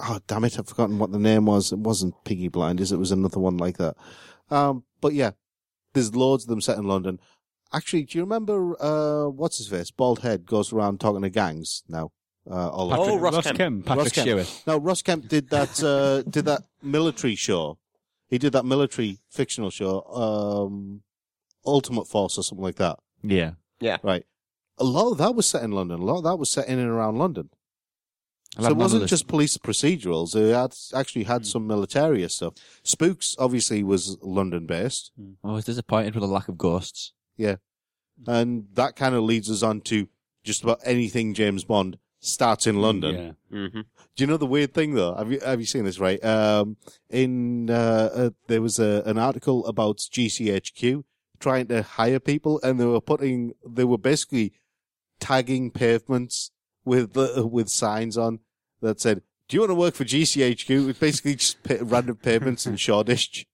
S2: oh damn it! I've forgotten what the name was. It wasn't Piggy Blinders. It was another one like that. Um, but yeah, there's loads of them set in London. Actually, do you remember uh, what's his face? Bald head goes around talking to gangs now. Uh, all over.
S5: Oh,
S4: Patrick-
S5: Ross
S4: Ross
S5: Kemp.
S4: Kemp.
S3: Patrick
S2: Ross Kemp.
S3: Stewart.
S2: No, Ross Kemp did that. Uh, did that military show. He did that military fictional show, um, Ultimate Force or something like that.
S3: Yeah,
S2: Right. A lot of that was set in London. A lot of that was set in and around London.
S3: I'll
S2: so
S3: add
S2: it
S3: another
S2: wasn't
S3: list.
S2: just police procedurals. It had, actually had some military stuff. Spooks obviously was London based,
S3: I was disappointed with the lack of ghosts.
S2: and that kind of leads us on to just about anything James Bond starts in London.
S4: Yeah.
S5: Mm-hmm.
S2: Do you know the weird thing though? Have you have you seen this right? Um, in uh, uh, there was a, an article about GCHQ trying to hire people, and they were putting they were basically tagging pavements with the, with signs on that said, "Do you want to work for GCHQ?" It's basically just pa- random pavements
S3: *laughs*
S2: in Shoreditch.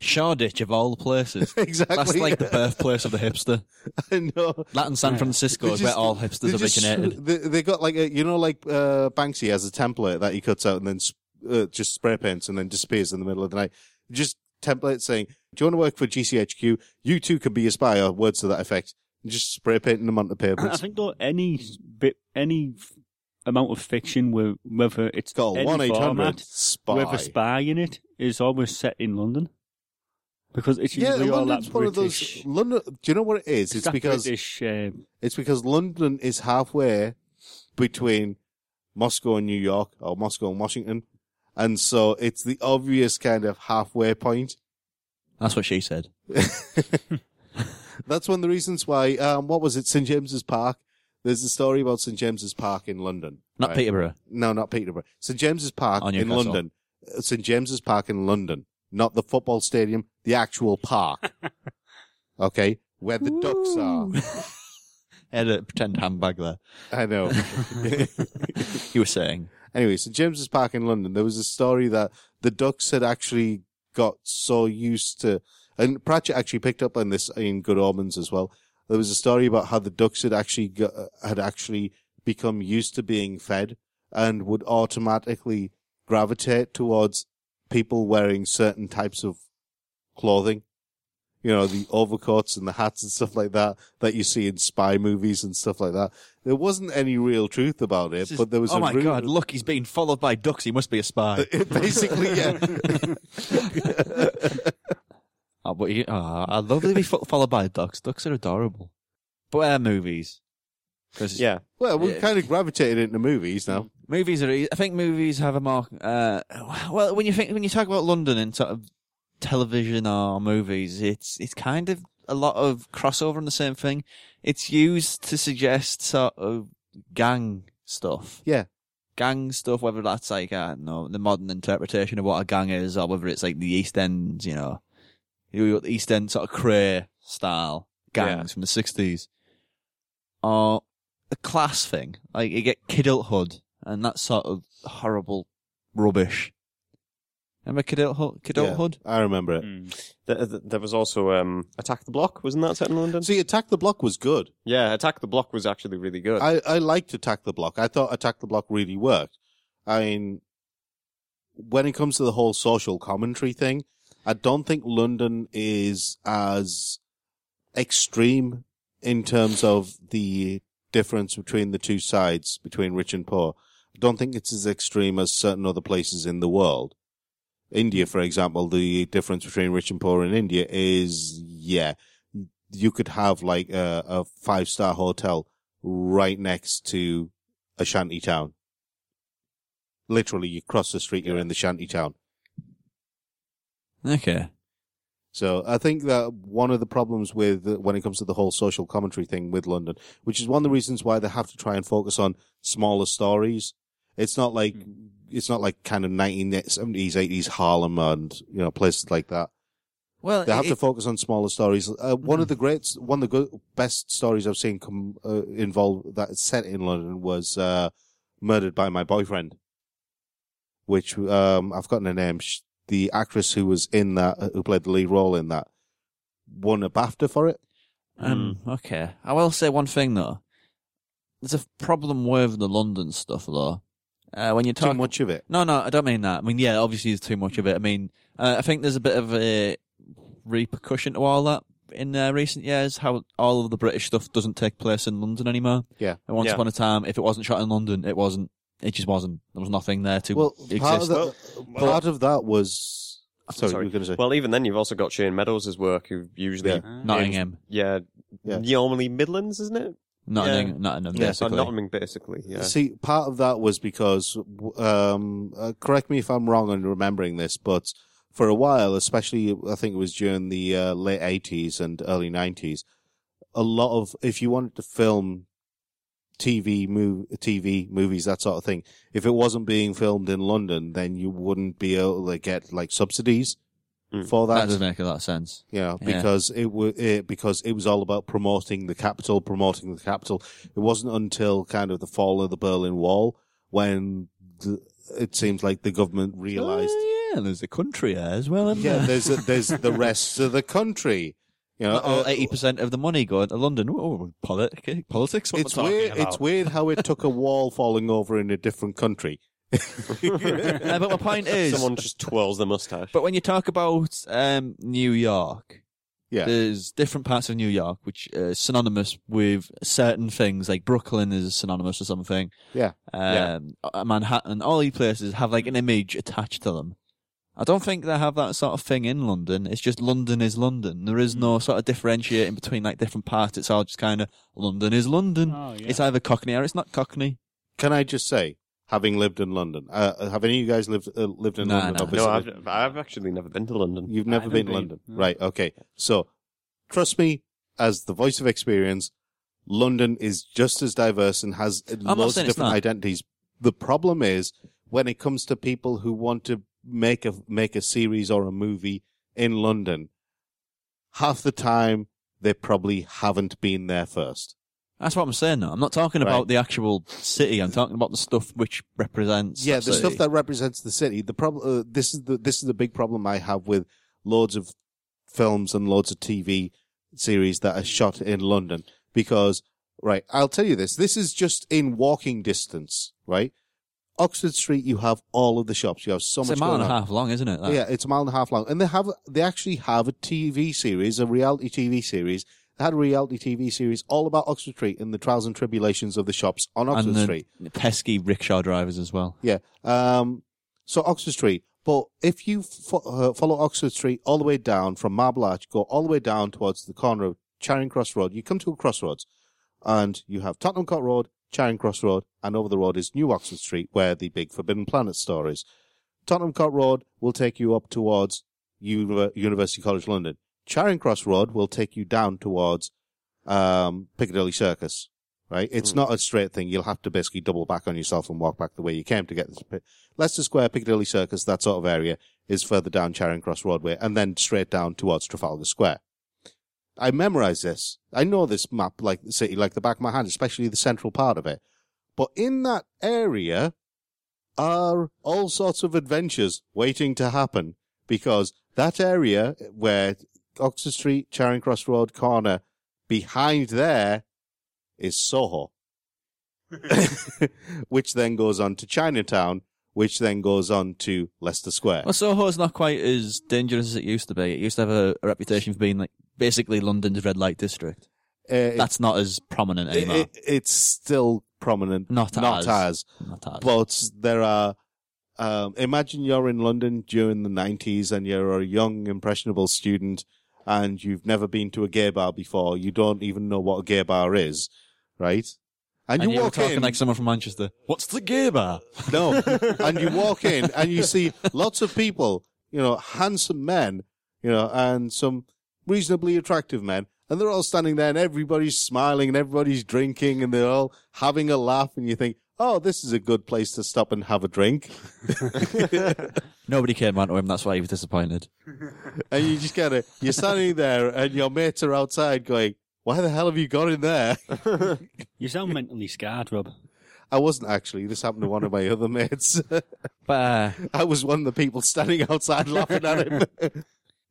S3: Shoreditch of all places.
S2: *laughs* exactly.
S3: That's like the birthplace of the hipster.
S2: *laughs* I know.
S3: That and San Francisco
S2: They
S3: is where
S2: just-
S3: all hipsters
S2: they just- *laughs*
S3: originated.
S2: They, they got like a, you know, like uh, Banksy has a template that he cuts out and then sp- uh, just spray paints and then disappears in the middle of the night. Just template saying, "Do you want to work for GCHQ? You too could be a spy," or words to that effect. And just spray painting them onto
S4: I
S2: papers.
S4: *laughs* think though any s- bit, any f- amount of fiction, whe- whether it's
S2: Call
S4: any
S2: one eight hundred
S4: format,
S2: spy.
S4: with a spy in it, is always set in London because it's
S2: Yeah,
S4: usually all that
S2: London's one of
S4: British.
S2: those. London. Do you know what it is? It's
S4: that
S2: because
S4: British, uh,
S2: It's because London is halfway between Moscow and New York or Moscow and Washington. And so it's the obvious kind of halfway point.
S3: That's what she said.
S2: That's one of the reasons why, um, what was it, St. James's Park? There's a story about St. James's Park in London.
S3: Not
S2: right?
S3: Peterborough.
S2: No, not Peterborough. St. James's Park
S3: Oh,
S2: in
S3: Newcastle.
S2: London. Uh, St. James's Park in London. Not the football stadium, the actual park. okay? Where the ducks are.
S3: I had a pretend handbag there.
S2: I know.
S3: You were saying.
S2: Anyway, so James's Park in London, there was a story that the Ducks had actually got so used to, and Pratchett actually picked up on this in Good Omens as well. There was a story about how the Ducks had actually got, had actually become used to being fed and would automatically gravitate towards people wearing certain types of clothing. You know, the overcoats and the hats and stuff like that that you see in spy movies and stuff like that. There wasn't any real truth about it, but there was
S3: oh
S2: a
S3: my
S2: rumor-
S3: god! Look, he's being followed by ducks. He must be a *laughs* spy.
S2: *laughs* Basically, yeah.
S3: oh, but he, oh, I love to be fo- followed by ducks. Ducks are adorable. But uh, movies, 'Cause
S5: Yeah.
S2: Well, we've
S3: Yeah.
S2: kind of gravitated into movies now.
S3: movies are. e, I think movies have a mark. Uh, well, when you think when you talk about London and sort of television or movies, it's it's kind of a lot of crossover in the same thing. It's used to suggest sort of gang stuff.
S2: Yeah.
S3: Gang stuff, whether that's like I don't know the modern interpretation of what a gang is, or whether it's like the East End, you know, you got the East End sort of cray style gangs from the sixties, or the class thing. Like you get kidulthood and that sort of horrible rubbish. Remember kidulthood? Kidulthood?
S2: Yeah, I remember it.
S5: There, there was also um, Attack the Block, wasn't that set in London?
S2: See, Attack the Block was good.
S5: yeah, Attack the Block was actually really good.
S2: I, I liked Attack the Block. I thought Attack the Block really worked. I mean, when it comes to the whole social commentary thing, I don't think London is as extreme in terms of the difference between the two sides, between rich and poor. I don't think it's as extreme as certain other places in the world. India, for example, the difference between rich and poor in India is, yeah, you could have like a, a five star hotel right next to a shanty town. Literally, you cross the street, you're in the shanty town.
S3: Okay.
S2: So I think that one of the problems with when it comes to the whole social commentary thing with London, which is one of the reasons why they have to try and focus on smaller stories. It's not like it's not like kind of nineteen seventies, eighties Harlem and you know places like that.
S3: Well,
S2: They have
S3: it-
S2: to focus on smaller stories. Uh, one of the greats, one of the go- best stories I've seen come uh, involved that is set in London was uh, "Murdered by My Boyfriend," which um, I've gotten her name. Sh the actress who was in that, uh, who played the lead role in that, won a BAFTA for it.
S3: Um,
S5: Hmm.
S3: okay. I will say one thing though. There's a problem with the London stuff though. Uh, when you talk
S2: Too much of it.
S3: No, no, I don't mean that. I mean, yeah, obviously there's too much of it. I mean, uh, I think there's a bit of a repercussion to all that in uh, recent years. How all of the British stuff doesn't take place in London anymore.
S2: Yeah.
S3: And once
S5: Yeah.
S3: upon a time, if it wasn't shot in London, it wasn't. It just wasn't. There was nothing there to
S2: Well,
S3: exist.
S2: part of, that, part of that was. Sorry, you were going to say.
S5: Well, even then, you've also got Shane Meadows' work, who usually,
S2: Yeah.
S3: Nottingham,
S5: yeah,
S2: Yeah.
S5: normally Midlands, isn't it?
S3: Nottingham,
S5: Yeah.
S3: Nottingham.
S2: Yeah,
S5: So
S3: basically.
S5: Nottingham, basically. Yeah.
S2: See, part of that was because, um, uh, correct me if I'm wrong in remembering this, but for a while, especially I think it was during the uh, late 80s and early 90s, a lot of, if you wanted to film TV, mov- TV movies, that sort of thing, if it wasn't being filmed in London, then you wouldn't be able to get like subsidies
S5: Mm.
S2: for
S3: that
S2: that.
S3: doesn't make a lot of sense.
S2: you know,
S3: Yeah.
S2: because it was it, because it was all about promoting the capital, promoting the capital. It wasn't until kind of the fall of the Berlin Wall when the, it seems like the government realized,
S3: Oh, yeah, there's a country there as well, isn't
S2: yeah,
S3: there?
S2: there's there's the rest of the country. You know, uh,
S3: eighty percent of the money going to London. Oh, politics, politics. What
S2: it's weird. It's weird how it
S3: *laughs*
S2: took a wall falling over in a different country.
S3: Uh, but my
S5: *laughs*
S3: point is,
S5: Someone just twirls the mustache.
S3: but when you talk about um, New York,
S2: Yeah.
S3: there's different parts of New York which are synonymous with certain things. Like Brooklyn is synonymous with something.
S2: Yeah.
S3: Um, uh, Manhattan, all these places have like an image attached to them. I don't think they have that sort of thing in London. It's just London is London. There is
S2: Mm.
S3: no sort of differentiating between like different parts. It's all just kind of London is London.
S4: Oh, yeah.
S3: It's either Cockney or it's not Cockney.
S2: Can I just say, having lived in London, uh, have any of you guys lived uh, lived in
S3: No,
S2: London?
S3: no.
S2: or
S5: no,
S2: visited?
S5: I've, I've actually never been to London.
S2: You've never
S4: I've
S2: been to
S4: never been.
S2: London.
S4: No.
S2: Right, okay. So trust me, as the voice of experience, London is just as diverse and has
S3: not
S2: loads of
S3: saying it's
S2: different
S3: not.
S2: identities. The problem is when it comes to people who want to make a make a series or a movie in London, half the time they probably haven't been there first.
S3: That's what I'm saying. Though. I'm not talking
S2: Right.
S3: about the actual city. I'm talking about the stuff which represents.
S2: Yeah, the
S3: city.
S2: stuff that represents the city. The problem. Uh, this is the this is the big problem I have with loads of films and loads of TV series that are shot in London because right, I'll tell you this. This is just in walking distance, right? Oxford Street, you have all of the shops. You have so
S3: It's a
S2: much.
S3: mile
S2: going
S3: and a
S2: on.
S3: half long, isn't it? that?
S2: Yeah, it's a mile and a half long, and they have they actually have a TV series, a reality TV series. They had a reality TV series all about Oxford Street and the trials and tribulations of the shops on Oxford
S3: and the
S2: Street.
S3: pesky rickshaw drivers as well.
S2: Yeah. Um, so Oxford Street. But if you fo- uh, follow Oxford Street all the way down from Marble Arch, go all the way down towards the corner of Charing Cross Road, you come to a crossroads and you have Tottenham Court Road, Charing Cross Road, and over the road is New Oxford Street where the big Forbidden Planet store is. Tottenham Court Road will take you up towards Uni- University College London. Charing Cross Road will take you down towards um, Piccadilly Circus, right? It's not a straight thing. You'll have to basically double back on yourself and walk back the way you came to get to Pi- Leicester Square, Piccadilly Circus, that sort of area is further down Charing Cross Roadway and then straight down towards Trafalgar Square. I memorize this. I know this map like the city, like the back of my hand, especially the central part of it. But in that area are all sorts of adventures waiting to happen because that area where Oxford Street, Charing Cross Road corner, behind there is Soho, *laughs* which then goes on to Chinatown, which then goes on to Leicester Square.
S3: Well, Soho's not quite as dangerous as it used to be. It used to have a, a reputation for being like basically London's red light district.
S2: Uh, it-
S3: That's not as prominent
S2: it-
S3: anymore.
S2: it- it's still prominent,
S3: Not
S2: not
S3: as.
S2: as,
S3: Not as.
S2: but there are. Um, imagine you're in London during the 90s and you're a young, impressionable student and you've never been to a gay bar before. You don't even know what a gay bar is, right? And,
S3: and
S2: you
S3: you were
S2: walk
S3: talking
S2: in *laughs*
S3: like someone from Manchester. What's the gay bar? *laughs*
S2: No. and you walk in and you see lots of people, you know, handsome men, you know, and some reasonably attractive men. And they're all standing there and everybody's smiling and everybody's drinking and they're all having a laugh. And you think, oh, this is a good place to stop and have a drink.
S3: Nobody came round to him. That's why he was disappointed.
S2: And you just kind of, you're standing there and your mates are outside going, why the hell have you got in
S3: *laughs*
S2: there?
S4: You sound mentally scarred, Rob.
S2: I wasn't actually. This happened to one of my other mates. *laughs*
S3: But uh,
S2: I was one of the people standing outside laughing at
S3: *laughs*
S2: him.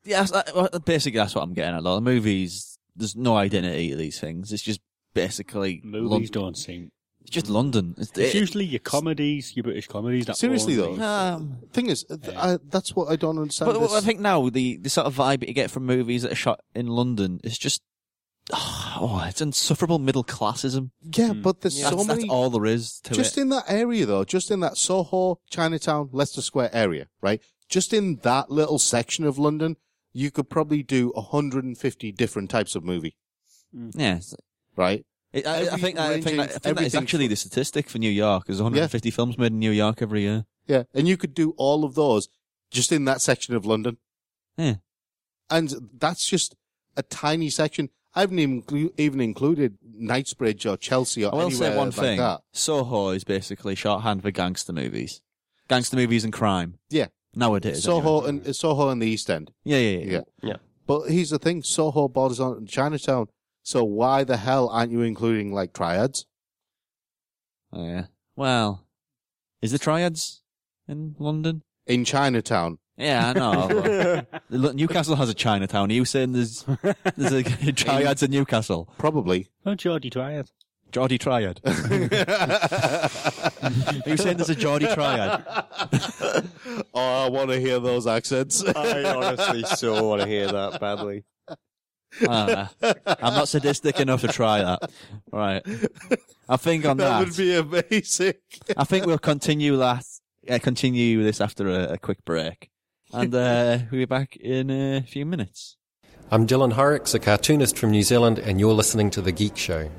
S3: yeah, that's- uh, well, basically that's what I'm getting at. Lot the movies, there's no identity to these things. It's just basically
S4: Movies
S3: Lon-
S4: don't seem.
S3: it's just London. It's,
S4: It's
S3: it-
S4: usually your comedies, your British comedies. That
S2: Seriously,
S4: only-
S2: though.
S3: um,
S2: Thing is, th- I, that's what I don't understand.
S3: But
S2: this-
S3: I think now the, the sort of vibe you get from movies that are shot in London is just *sighs* oh, it's insufferable middle classism.
S2: yeah, but there's
S3: Hmm. That's,
S2: so
S3: that's
S2: many.
S3: all there is to
S2: just
S3: it.
S2: in that area, though, just in that Soho, Chinatown, Leicester Square area, right? Just in that little section of London, you could probably do 150 different types of movie,
S3: yeah, it's-
S2: right?
S3: it- I, I
S2: Every
S3: think that, I think,
S2: ranging-
S3: that, I think that is
S2: everything
S3: actually
S2: from-
S3: the statistic for New York. There's 150 films made in New York every year.
S2: Yeah, and you could do all of those just in that section of London.
S3: Yeah.
S2: And that's just a tiny section. I haven't even, inclu- even included Knightsbridge or Chelsea or
S3: I will
S2: anywhere
S3: say one
S2: like
S3: thing:
S2: that.
S3: Soho is basically shorthand for gangster movies, gangster movies and crime
S2: Yeah.
S3: nowadays.
S2: Soho
S3: anyway.
S2: and Soho and the East End.
S3: yeah, yeah, yeah.
S2: Yeah.
S5: Yeah.
S2: But here's the thing: Soho borders on Chinatown. So why the hell aren't you including like triads?
S3: Oh, yeah. Well, is the triads in London?
S2: In Chinatown,
S3: Yeah, I know.
S2: *laughs*
S3: but- Look, Newcastle has a Chinatown. Are you saying there's there's a *laughs* triads in Newcastle? *laughs*
S2: probably. *laughs*
S4: Oh, Geordie Triad.
S3: Geordie Triad. Are you saying there's a Geordie Triad?
S2: Oh, I want to hear those accents.
S5: I honestly so want to hear that badly.
S3: Ah, I'm not sadistic enough to try that. Right. I think on
S2: that
S3: that.
S2: would be amazing.
S3: I think we'll continue that. Uh, continue this after a, a quick break, and uh, we'll be back in a few minutes.
S9: I'm Dylan Horrocks, a cartoonist from New Zealand, and you're listening to The Geek Show.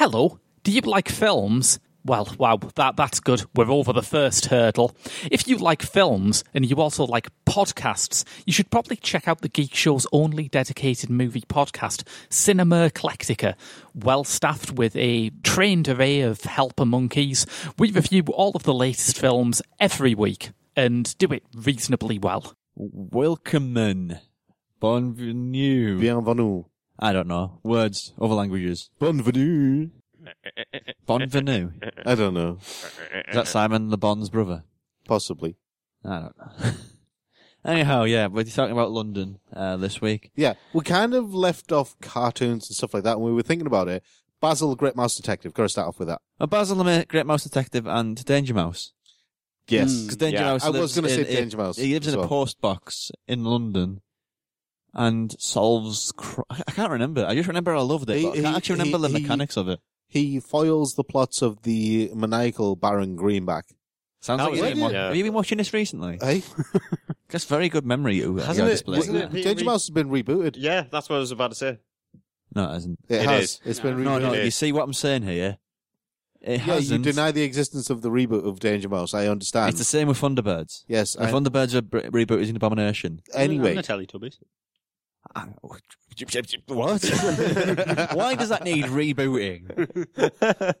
S10: Hello, do you like films? Well, wow, that, that's good. We're over the first hurdle. If you like films and you also like podcasts, you should probably check out the Geek Show's only dedicated movie podcast, Cinema Eclectica. Well staffed with a trained array of helper monkeys, we review all of the latest films every week and do it reasonably well.
S3: Welcome, bonvenue.
S2: Bienvenue.
S3: I don't know words other languages.
S2: Bienvenue.
S3: Bonvenue.
S2: I don't know.
S3: Is that Simon Le Bon's brother?
S2: Possibly.
S3: I don't know. *laughs* Anyhow, yeah, we're talking about London uh, this week.
S2: Yeah, we kind of left off cartoons and stuff like that, and we were thinking about it. Basil, the Great Mouse Detective. Got to start off with that.
S3: Uh, Basil Lemay, Great Mouse Detective, and Danger Mouse.
S2: Yes.
S3: Because Danger
S2: Yeah.
S3: Mouse
S2: I was
S3: lives
S2: gonna say
S3: in- in-
S2: Danger Mouse
S3: He lives in
S2: as
S3: a
S2: well.
S3: post box in London and solves. Cr- I I can't remember. I just remember I loved it.
S2: He-
S3: but I can't
S2: he-
S3: actually remember
S2: he-
S3: the
S2: he-
S3: mechanics of it.
S2: He foils the plots of the maniacal Baron Greenback.
S3: Sounds
S2: Now,
S3: like you've
S2: where
S3: been
S2: did-
S3: watching. Have you been watching this recently? *laughs*
S2: Hey,
S3: that's very good memory. You,
S2: Uh, Hasn't
S3: you
S2: it-
S3: display.
S2: wasn't it- Danger Mouse has been rebooted.
S5: Yeah, that's what I was about to say.
S3: No, it hasn't.
S2: It It has. is.
S3: It's
S2: It's been
S3: No,
S2: rebooted.
S3: no.
S2: It
S3: You
S2: is.
S3: see what I'm saying here? It
S2: yeah, you
S3: hasn't.
S2: deny the existence of the reboot of Danger Mouse. I understand.
S3: It's the same with Thunderbirds.
S2: Yes,
S3: The
S2: I-
S3: Thunderbirds are re- rebooted
S2: *laughs*
S3: an abomination.
S2: Anyway.
S4: the Teletubbies.
S3: What? *laughs* Why does that need
S2: *laughs*
S3: rebooting?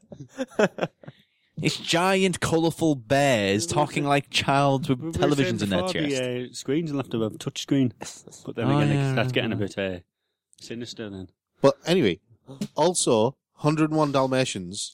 S3: it's giant, colourful bears talking like childs with televisions in their chest.
S4: The, uh, screens and left above touch screen. But then
S3: Oh,
S4: again,
S3: yeah,
S4: it that's
S3: I
S4: getting a bit uh, sinister then.
S2: But anyway, also 101 Dalmatians.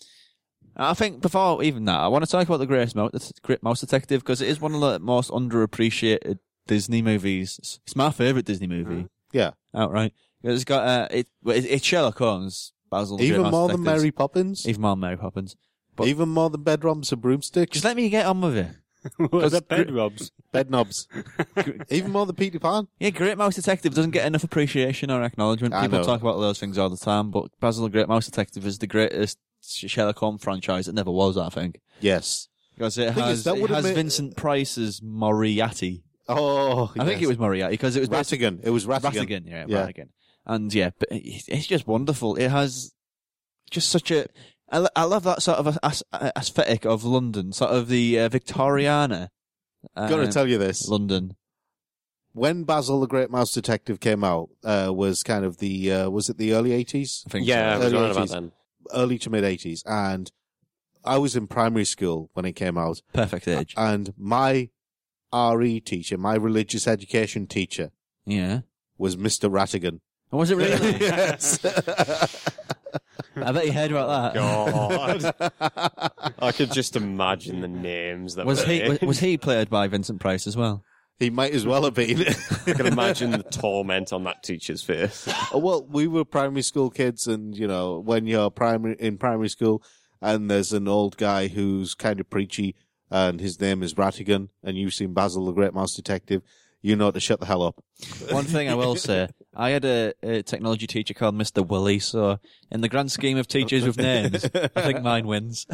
S2: uh,
S3: I think before even that, I want to talk about the Great Mouse, Great Mouse Detective because it is one of the most underappreciated Disney movies. It's- It's my favourite Disney movie.
S2: Yeah.
S3: Outright. It's got, uh, it, well, it- it's Sherlock Holmes, Basil. the
S2: Even
S3: Great Mouse
S2: more than
S3: Detectives.
S2: Mary Poppins.
S3: Even more than Mary Poppins.
S2: Even more than Bedrobs and Broomsticks.
S3: Just let me get on with it.
S4: What
S3: That's
S4: are
S3: gr-
S4: bed robs?
S2: Bedknobs. *laughs* Even more than Peter Pan.
S3: Yeah, Great Mouse Detective doesn't get enough appreciation or acknowledgement.
S2: I
S3: People
S2: know.
S3: talk about those things all the time, but Basil the Great Mouse Detective is the greatest Sherlock Holmes franchise that never was, I think.
S2: Yes.
S3: Because it
S2: Thing is,
S3: has,
S2: that
S3: it
S2: would've
S3: has
S2: made-
S3: Vincent Price as Moriarty.
S2: Oh,
S3: I think
S2: yes.
S3: it was Moriarty because it was basi-
S2: Rattigan. It was Rattigan.
S3: Rattigan, yeah, Rattigan. And yeah, but it- it's just wonderful. It has just such a. I, lo- I love that sort of as- aesthetic of London, sort of the uh, Victoriana.
S2: Gotta
S3: um,
S2: tell you this.
S3: London.
S2: When Basil the Great Mouse Detective came out, uh, was kind of the, uh, was it the early 80s?
S3: I think
S5: Yeah,
S3: so.
S5: it was
S2: Early
S5: around about
S2: 80s.
S5: then.
S2: Early to mid 80s. And I was in primary school when it came out.
S3: Perfect age.
S2: And my RE teacher, my religious education teacher,
S3: yeah.
S2: was Mr. Rattigan.
S3: Oh, Was it really?
S2: yes.
S3: I bet you heard about that.
S5: *laughs* God. *laughs* I could just imagine the names that
S3: Was
S5: were
S3: he
S5: in.
S3: was, was he played by Vincent Price as well?
S2: He might as well have been. *laughs*
S5: I can imagine the torment on that teacher's face.
S2: Oh, well, we were primary school kids, and you know, when you're primary in primary school, and there's an old guy who's kind of preachy, and his name is Rattigan, and you've seen Basil the Great Mouse Detective, you know to shut the hell up. *laughs*
S3: One thing I will say, I had a, a technology teacher called Mr. Willie, so in the grand scheme of teachers with names, I think mine wins.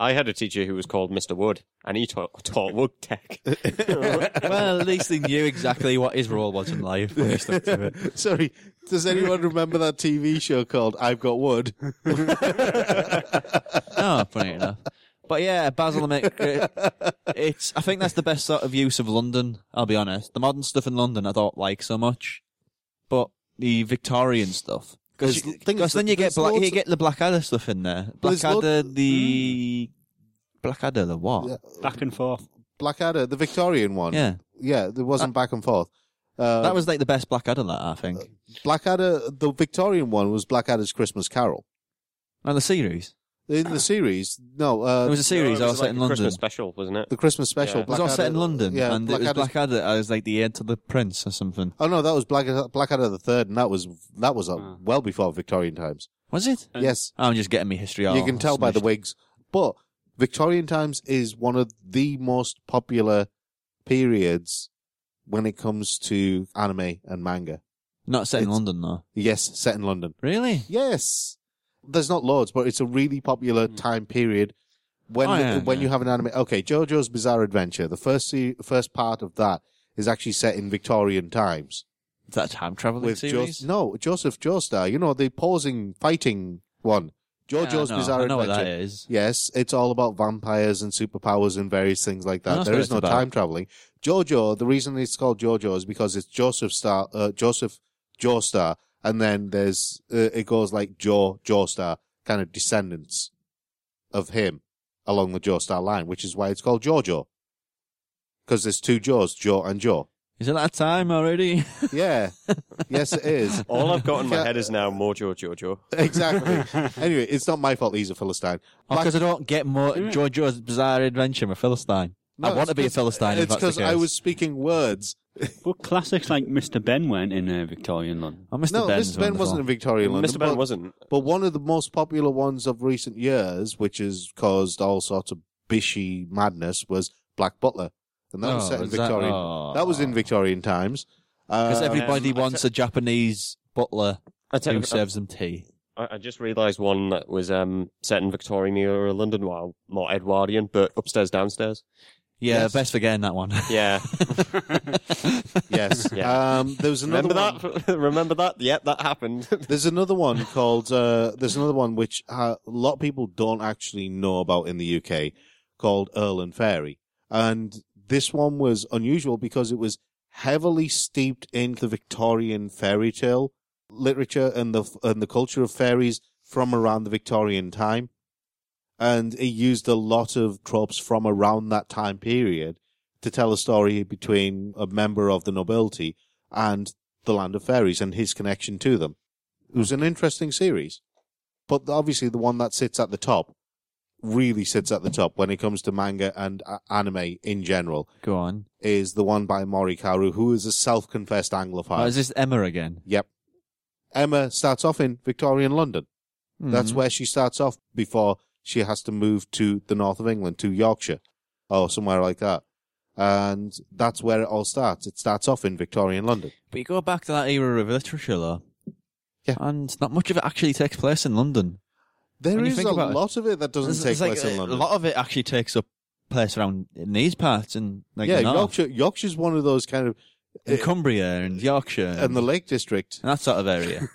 S5: I had a teacher who was called Mr. Wood, and he taught, taught wood tech.
S3: well, at least he knew exactly what his role was in life when he stuck to it.
S2: Sorry, does anyone remember that TV show called I've Got Wood?
S3: Oh, funny enough. But yeah, Basil and Mick, uh, it's, I think that's the best sort of use of London, I'll be honest. The modern stuff in London I don't like so much, but the Victorian stuff. Because
S2: Because the thing is
S3: then
S2: that
S3: you get
S2: there's
S3: Black,
S2: loads
S3: you
S2: of-
S3: get the Blackadder stuff in there.
S2: There's Mm. lo-
S3: Blackadder, the, Blackadder, the what?
S4: Back and forth.
S2: Blackadder, the Victorian one.
S3: Yeah.
S2: yeah, there wasn't back and forth. Uh,
S3: That was like the best Blackadder, that I think.
S2: Blackadder. The Victorian one was Blackadder's Christmas Carol.
S3: And the series.
S2: In
S3: *clears throat*
S2: the series, no, uh,
S3: It was a series
S5: No,
S3: all
S5: it was
S3: set
S5: like
S3: in
S5: a
S3: London.
S5: Christmas special, wasn't it?
S2: the Christmas special.
S5: Yeah.
S3: It was all set in
S2: Blackadder-
S3: London,
S2: Yeah,
S3: and it was
S2: Blackadder's
S3: Blackadder as like the heir to the prince or something.
S2: Oh no, that was Black Blackadder the Third, and that was that was uh,
S3: Ah.
S2: well before Victorian times.
S3: Was it?
S2: yes,
S3: I'm just getting me history all
S2: you can tell by the
S3: smushed.
S2: wigs. But Victorian times is one of the most popular periods when it comes to anime and manga.
S3: Not set in
S2: It's-
S3: London though.
S2: Yes, set in London.
S3: Really?
S2: Yes, there's not loads, but it's a really popular time period when
S3: Hmm. Oh, yeah,
S2: when
S3: yeah.
S2: you have an anime. Okay, JoJo's Bizarre Adventure. The first se- first part of that is actually set in Victorian times.
S3: Is that a time traveling
S2: with Jo-
S3: series?
S2: no Joseph Joestar. You know the posing fighting one. JoJo's
S3: Yeah, I know.
S2: Bizarre
S3: I know what
S2: Adventure.
S3: that is.
S2: Yes, it's all about vampires and superpowers and various things like
S3: I know
S2: that. There
S3: what
S2: is
S3: it's
S2: no
S3: about.
S2: time traveling. JoJo. The reason it's called JoJo is because it's Joseph Star. Uh, Joseph Joestar, and then there's uh, it goes like Jo Joestar, kind of descendants of him along the Joestar line, which is why it's called JoJo. Because there's two Joes, Joe and Joe.
S3: Is it that time already? *laughs*
S2: Yeah. yes, it is.
S5: All I've got in my
S2: Yeah.
S5: head is now Mojo Jojo.
S3: *laughs*
S2: Exactly. anyway, it's not my fault he's a Philistine. Black-
S3: Because Oh, I don't get more JoJo's Bizarre Adventure. I'm a Philistine.
S2: No,
S3: I want
S2: it's
S3: to be a
S2: 'cause-
S3: Philistine.
S2: It's
S3: because
S2: because I was speaking words.
S4: But classics like Mr. Ben weren't in uh, Victorian London.
S3: Oh, Mr.
S2: no,
S3: Ben's
S2: Mr. Ben
S3: wonderful.
S2: wasn't in Victorian London.
S5: Mr. Ben
S2: but-
S5: wasn't.
S2: But one of the most popular ones of recent years, which has caused all sorts of bishy madness was Black Butler, and that was
S3: Oh,
S2: set in
S3: is that-
S2: Victorian.
S3: oh.
S2: That was in Victorian times.
S3: Because
S2: Uh,
S3: everybody wants a Japanese butler
S5: tell
S3: who
S5: you-
S3: serves them tea.
S5: I, I just realised one that was um, set in Victorian era London, while more Edwardian, but upstairs, downstairs.
S3: Yeah, best for getting that one.
S5: Yeah.
S2: Uh, yes.
S5: Yeah.
S2: Um, there was another
S5: Remember
S2: one.
S5: that? *laughs* Remember that? Yep, that happened.
S2: there's another one called uh, there's another one which uh, a lot of people don't actually know about in the UK called Earl and Fairy, and this one was unusual because it was heavily steeped in the Victorian fairy tale literature and the and the culture of fairies from around the Victorian time, and it used a lot of tropes from around that time period to tell a story between a member of the nobility and the land of fairies and his connection to them. It was an interesting series. But the- obviously, the one that sits at the top really sits at the top when it comes to manga and uh, anime in general
S3: *laughs* Go on.
S2: is the one by Morikaru, who is a self confessed Anglophile.
S3: Oh, is this Emma again?
S2: Yep. Emma starts off in Victorian London. That's
S3: Mhm.
S2: where she starts off before she has to move to the north of England, to Yorkshire or somewhere like that. And that's where it all starts. It starts off in Victorian London.
S3: But you go back to that era of literature, though. Yeah. And not much of it actually takes place in London.
S2: There
S3: When you
S2: is
S3: think
S2: a
S3: about it,
S2: lot of it that doesn't
S3: it's-
S2: take
S3: it's like
S2: place in
S3: a-
S2: London.
S3: A lot of it actually takes up place around in these parts and like
S2: yeah,
S3: the north.
S2: Yorkshire. Yorkshire's one of those kind of
S3: and Cumbria and Yorkshire
S2: and the Lake District.
S3: and that sort
S2: *laughs*
S3: of area.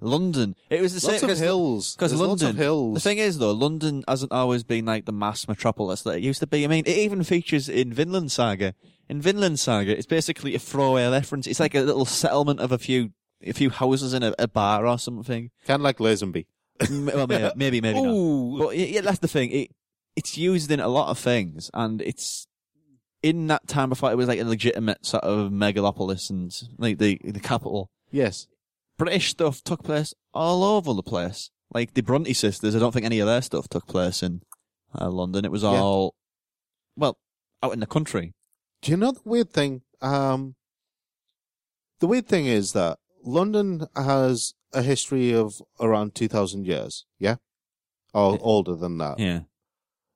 S3: London. It was the
S2: Lots
S3: same
S2: of hills.
S3: because
S2: There's
S3: London.
S2: lots of hills.
S3: The thing is, though, London hasn't always been like the mass metropolis that it used to be. I mean, it even features in Vinland Saga. In Vinland Saga, it's basically a throwaway reference. It's like a little settlement of a few a few houses in a, a bar or something.
S2: Kind of like Lazenby.
S3: well, *laughs* maybe, maybe, maybe not. But yeah, yeah, that's the thing. It it's used in a lot of things, and it's in that time before it was like a legitimate sort of megalopolis and like the the capital.
S2: Yes.
S3: British stuff took place all over the place. Like the Bronte sisters, I don't think any of their stuff took place in uh, London. It was
S2: Yeah.
S3: all well out in the country.
S2: Do you know the weird thing? Um, the weird thing is that London has a history of around 2,000 years, yeah? Or older than that.
S3: Yeah.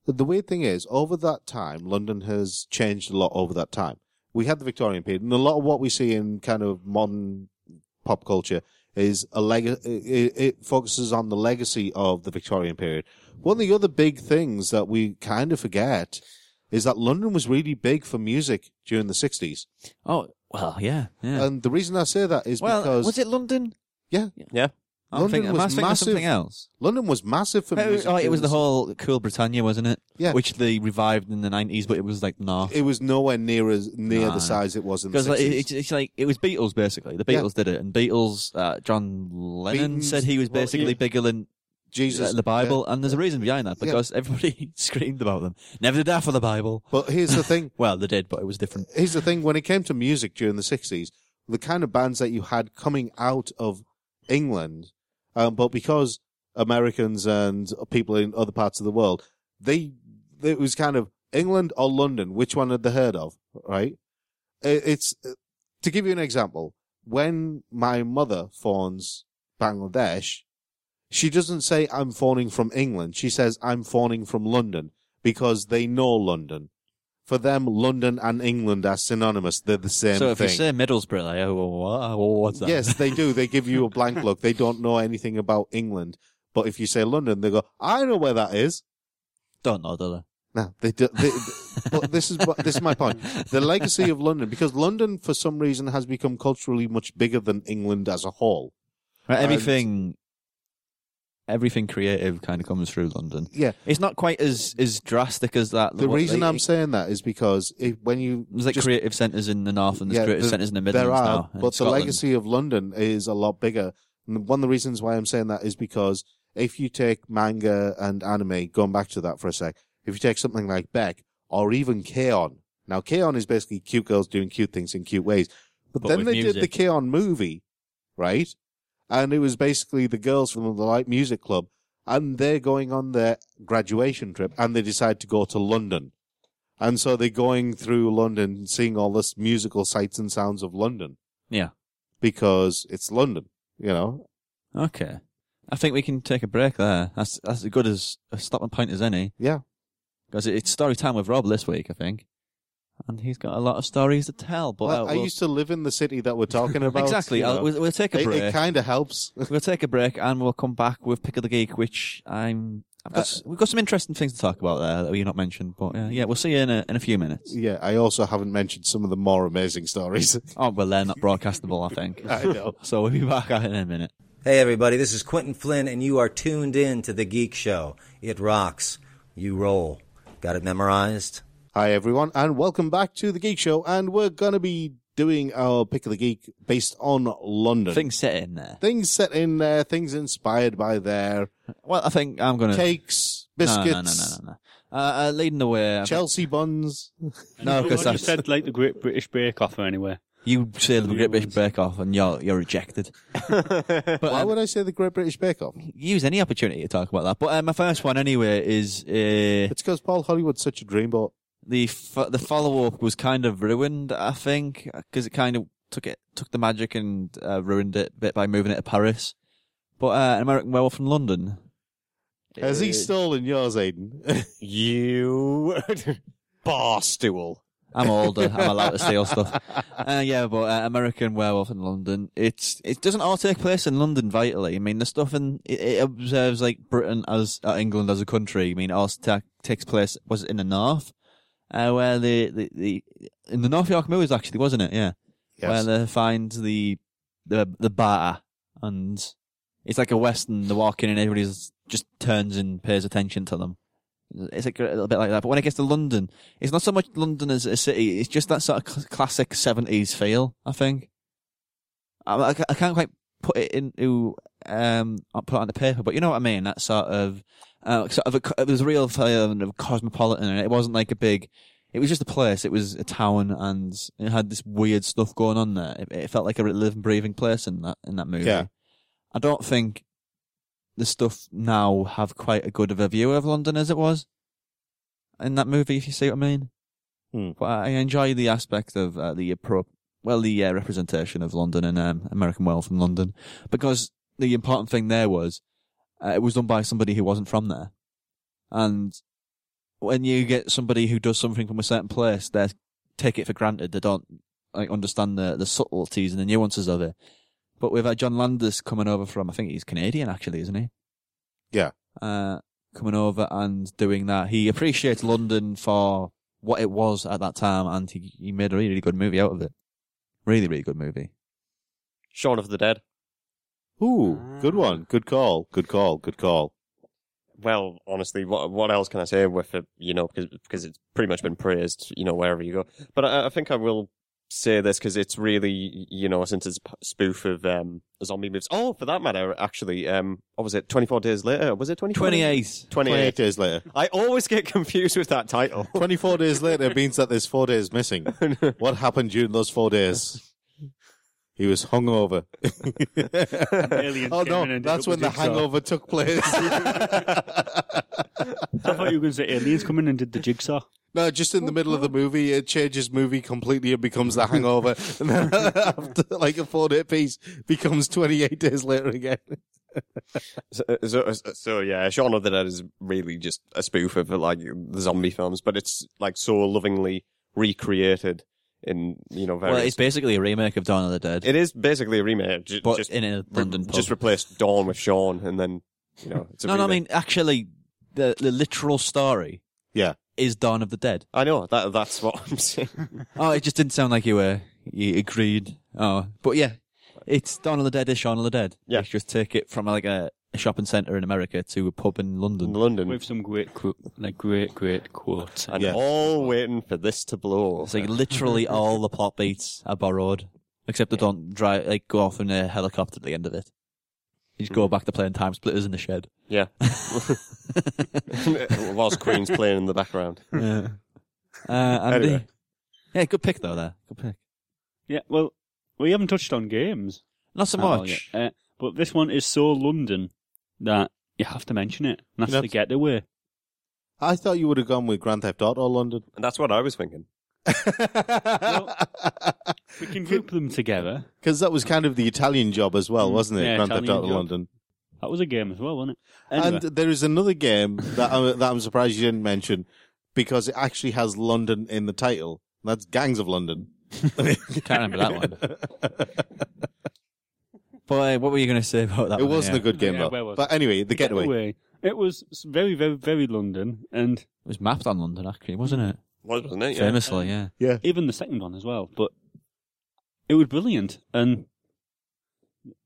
S2: But the weird thing is, over that time, London has changed a lot over that time. We had the Victorian period, and a lot of what we see in kind of modern pop culture is a leg- it, it focuses on the legacy of the Victorian period. One of the other big things that we kind of forget is that London was really big for music during the 60s.
S3: Oh, well, yeah. yeah.
S2: And the reason I say that is
S3: well,
S2: because
S3: was it London?
S2: Yeah.
S5: Yeah.
S3: I'm thinking, am I thinking of something else?
S2: London was massive for
S3: Maybe-
S2: music.
S3: oh, it was the
S2: during
S3: whole Cool Britannia, wasn't it?
S2: Yeah.
S3: Which they revived in the 90s, but it was like North.
S2: It was nowhere near as near
S3: Nah.
S2: the size it was in the
S3: Because
S2: 60s.
S3: like, it- it's, it's like it was Beatles basically. The
S2: Yeah.
S3: Beatles did it, and Beatles. Uh, John Lennon
S2: Beatles-
S3: said he was
S2: well, yeah.
S3: basically bigger than
S2: Jesus,
S3: uh, the Bible, and there's a reason behind that
S2: Yeah.
S3: because everybody *laughs* screamed about them. Never did that for the Bible.
S2: But here's the thing.
S3: well, they did, but it was different.
S2: here's the thing when it came to music during the 60s the kind of bands that you had coming out of england um, but because americans and people in other parts of the world they it was kind of england or london which one had they heard of right It- it's uh, to give you an example when my mother phones bangladesh she doesn't say i'm phoning from england she says i'm phoning from london because they know london for them, London and England are synonymous. They're the same
S3: so if
S2: thing.
S3: you say Middlesbrough, like, oh, wha- wha- what's that?
S2: yes, they do. They give you a blank look. They don't know anything about England. But if you say London, they go, "I know where that is."
S3: *laughs* don't know, do
S2: No, they do. They, but this is what- this is my point. The legacy of London, because London, for some reason, has become culturally much bigger than England as a whole.
S3: they? Right,
S2: And-
S3: everything, everything creative kind of comes through London.
S2: Yeah.
S3: It's not quite as as drastic as that.
S2: The
S3: What-
S2: reason
S3: like,
S2: I'm saying that is because if, when you
S3: there's like
S2: just
S3: creative centres in the north and there's creative
S2: the-
S3: centres in the Midlands
S2: There are,
S3: now. and
S2: but the
S3: Scotland.
S2: legacy of London is a lot bigger. And one of the reasons why I'm saying that is because if you take manga and anime, going back to that for a sec, if you take something like Beck or even K-On! now K-On! is basically cute girls doing cute things in cute ways. But,
S3: But
S2: then
S3: with
S2: they did the
S3: music.
S2: K-On! movie, right? And it was basically the girls from the Light Music Club, and they're going on their graduation trip, and they decide to go to London. And so they're going through London, seeing all this musical sights and sounds of London
S3: Yeah.
S2: because it's London, you know?
S3: Okay. I think we can take a break there. That's that's as good as a stopping point as any.
S2: Yeah.
S3: because it's story time with Rob this week, I think, and he's got a lot of stories to tell. But
S2: Well,
S3: uh,
S2: I
S3: we'll-
S2: used to live in the city that
S3: *laughs*
S2: we're talking about.
S3: exactly.
S2: you
S3: I'll-
S2: know.
S3: we'll, we'll take a
S2: It-
S3: break.
S2: It, kind of helps. *laughs*
S3: we'll take a break, and we'll come back with Pick of the Geek, which I'm. I've got,
S2: Uh,
S3: s- we've got some interesting things to talk about there that you're not mentioned, but uh, yeah, we'll see you in a, in a few minutes.
S2: Yeah, I also haven't mentioned some of the more amazing stories.
S3: Oh, well, they're not broadcastable, I think.
S2: *laughs* I know.
S3: *laughs* So we'll be back in a minute.
S11: Hey, everybody, this is Quentin Flynn, and you are tuned in to The Geek Show. It rocks. You roll. Got it memorized?
S2: Hi, everyone, and welcome back to the Geek Show. And we're gonna be doing our pick of the geek based on London.
S3: Things set in there.
S2: Things set in there. Things inspired by there.
S3: Well, I think I'm gonna
S2: cakes,
S3: Uh, No, no, no,
S2: biscuits.
S3: no, no, no. Uh, uh, leading the way, I think-
S2: Chelsea buns.
S3: No, because
S4: I
S3: Oh, that's
S4: said like the Great British Bake Off or anywhere.
S3: you say the Great British Bake Off, and you're you're rejected. but
S2: Why
S3: um,
S2: would I say the Great British Bake Off?
S3: use any opportunity to talk about that. But uh, my first one, anyway, is uh,
S2: It's because Paul Hollywood's such a dreamboat.
S3: the f- the follow up was kind of ruined, I think, because it kind of took it took the magic and uh, ruined it a bit by moving it to Paris. But uh, an American Werewolf from London.
S2: Has
S3: Uh,
S2: he stolen yours, Aiden? *laughs*
S3: *laughs*
S5: You barstool.
S3: I'm older. I'm allowed to steal stuff. Uh, yeah, but uh, American Werewolf in London. It's it doesn't all take place in London vitally. I mean, the stuff in it, it observes like Britain as uh, England as a country. I mean, it also ta- takes place was it in the north, uh, where the, the the in the North York movies actually wasn't it? Yeah,
S2: Yes.
S3: where they find the the the bar and it's like a western. They walk in and everybody just turns and pays attention to them. It's like a little bit like that. But when it gets to London, it's not so much London as a city. It's just that sort of cl- classic seventies feel. I think. I, I ca- I can't quite put it into um I'll put it on the paper, but you know what I mean. That sort of uh, sort of a, co- it was a real feeling of cosmopolitan. And it wasn't like a big. It was just a place. It was a town, and it had this weird stuff going on there. It, it felt like a living, breathing place in that in that movie.
S2: Yeah.
S3: I don't think the stuff now have quite a good of a view of London as it was in that movie. If you see what I mean.
S2: Hmm.
S3: But I enjoy the aspect of uh, the appro- well, the uh, representation of London and um, American wealth in London, because the important thing there was uh, it was done by somebody who wasn't from there, and when you get somebody who does something from a certain place, they take it for granted. They don't like understand the the subtleties and the nuances of it. But with uh, John Landis coming over from, I think he's Canadian actually, isn't he?
S2: Yeah.
S3: Uh, coming over and doing that, he appreciates London for what it was at that time, and he, he made a really, really good movie out of it. Really, really good movie.
S5: Shaun of the Dead.
S2: Ooh,
S3: Ah.
S2: good one. Good call. Good call. Good call.
S5: Well, honestly, what what else can I say with it? You know, because because it's pretty much been praised. You know, wherever you go. But I, I think I will say this because it's really you know since it's a p- spoof of um zombie movies. Oh, for that matter, actually, um, what was it? Twenty four days later. Was it twenty
S3: Twenty eighth.
S2: 28
S5: Twenty-eight.
S2: days later.
S3: *laughs*
S5: I always get *laughs* confused with that title. *laughs*
S2: 24 days later means that there's four days missing. what happened during those four *laughs* days? He was hungover.
S4: Aliens
S2: oh
S4: came in
S2: no,
S4: and did
S2: that's
S4: up
S2: when
S4: the
S2: the
S4: jigsaw.
S2: hangover took place. *laughs*
S4: I thought you were going to say aliens come in and did the jigsaw.
S2: no, just in the middle of the movie, it changes movie completely and becomes the *laughs* hangover. and then after like a four day piece, becomes 28 days later again.
S5: So, so, so yeah, Shaun of the Dead is really just a spoof of like the zombie films, but it's like so lovingly recreated in you know various.
S3: Well, it's basically a remake of Dawn of the Dead,
S5: it is basically a remake, ju-
S3: but
S5: just
S3: in a London pub.
S5: just replaced Dawn with Shaun, and then you know. It's
S3: *laughs*
S5: a
S3: no, no, I
S5: remake.
S3: mean actually, the the literal story
S2: Yeah.
S3: is Dawn of the Dead.
S5: I know that that's what I'm saying.
S3: Oh, it just didn't sound like you were you agreed. Oh, but yeah, it's Dawn of the Dead is Shaun of the Dead.
S5: Yeah.
S3: You just take it from like a, a shopping centre in America to a pub *laughs* in London.
S5: London,
S4: With some great, qu- like great, great quotes.
S5: and
S2: Yeah.
S5: all waiting for this to blow.
S3: It's like literally all the plot beats are borrowed, except they don't drive like go off in a helicopter at the end of it. You just go back to playing time splitters in the shed. *laughs*
S5: yeah, whilst Queen's playing in the background.
S3: Yeah. Uh, Andy.
S5: Anyway.
S3: Yeah, good pick though. There, good pick.
S4: Yeah, well, we haven't touched on games.
S3: Not so
S4: at all
S3: much. *laughs*
S4: yet. Uh, but this one is so London that you have to mention it. And that's
S2: That's-
S4: the getaway.
S2: I thought you would have gone with Grand Theft Auto *laughs* London.
S5: And that's what I was thinking.
S4: We can group them together.
S2: Because that was kind of the Italian job as well,
S4: Mm.
S2: wasn't it?
S4: Yeah,
S2: Grand Theft
S4: Italian
S2: Auto
S4: job.
S2: London.
S4: That was a game as well, wasn't it? Anyway,
S2: And there is another game that I'm, that I'm surprised you didn't mention because it actually has London in the title. That's Gangs of London. Can't
S3: remember that one. But uh, what were you going to say about that?
S2: It
S3: one,
S2: wasn't
S3: yeah?
S2: a good game
S4: Yeah, where
S2: though.
S4: was
S2: But
S4: it?
S2: anyway, the getaway.
S4: It was s- very, very, very London, and it
S3: was mapped on London, actually, wasn't it?
S5: Was, wasn't it? Yeah.
S3: Famously, yeah.
S2: Yeah.
S4: Even the second one as well, but it was brilliant, and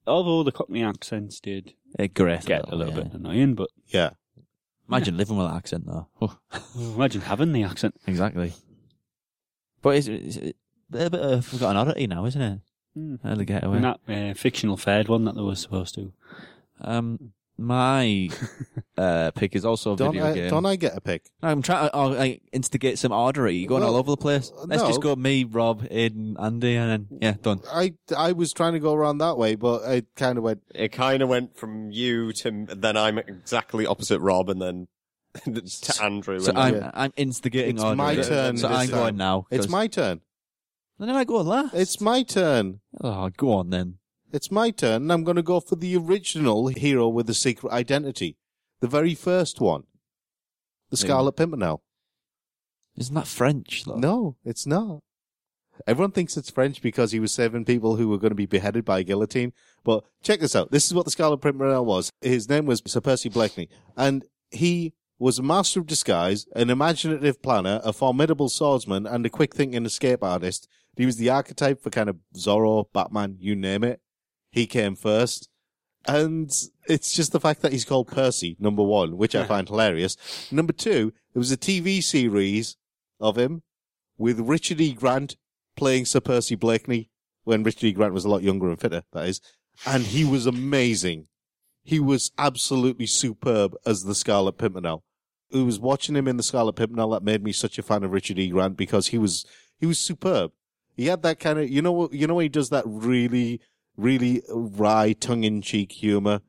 S4: although the Cockney accents did
S3: Eh, great.
S4: get a little bit annoying, but
S2: yeah.
S3: Imagine living with that accent though.
S4: Imagine having the accent.
S3: Exactly. But it's, it's a bit of a forgotten oddity now, isn't it?
S4: Mm.
S3: Uh, the getaway.
S4: And that uh, fictional third one that they were supposed to. *laughs*
S3: Um, my uh, pick is also a
S2: Don't
S3: video
S2: I-
S3: game.
S2: don't I get a pick?
S3: I'm trying to uh, like, instigate some artery. You're going
S2: Well, uh,
S3: all over the place. Let's
S2: no.
S3: just go me, Rob, Aiden, Andy, and then, yeah, done.
S2: I I was trying to go around that way, but I kind of went.
S5: It kind of went from you to m- then I'm exactly opposite Rob and then *laughs* to Andrew.
S3: So
S5: and
S3: I'm,
S5: then-
S3: I'm instigating
S2: It's
S3: artery.
S2: my turn.
S3: So I'm
S2: this
S3: going
S2: time.
S3: now.
S2: It's
S3: 'cause-
S2: my turn.
S3: And then I go last.
S2: It's my turn.
S3: Oh, go on then.
S2: It's my turn, and I'm going to go for the original hero with the secret identity, the very first one, the
S3: Yeah.
S2: Scarlet Pimpernel.
S3: Isn't that French though?
S2: No, it's not. Everyone thinks it's French because he was saving people who were going to be beheaded by guillotine. But check this out. This is what the Scarlet Pimpernel was. His name was Sir Percy Blakeney, and he was a master of disguise, an imaginative planner, a formidable swordsman, and a quick-thinking escape artist. He was the archetype for kind of Zorro, Batman, you name it. He came first. And it's just the fact that he's called Percy, number one, which I find hilarious. Number two, there was a TV series of him with Richard E. Grant playing Sir Percy Blakeney when Richard E. Grant was a lot younger and fitter, that is. And he was amazing. He was absolutely superb as the Scarlet Pimpernel. It was watching him in the Scarlet Pimpernel that made me such a fan of Richard E. Grant because he was he was superb. He had that kind of you know what you know when he does that really really wry tongue in cheek humor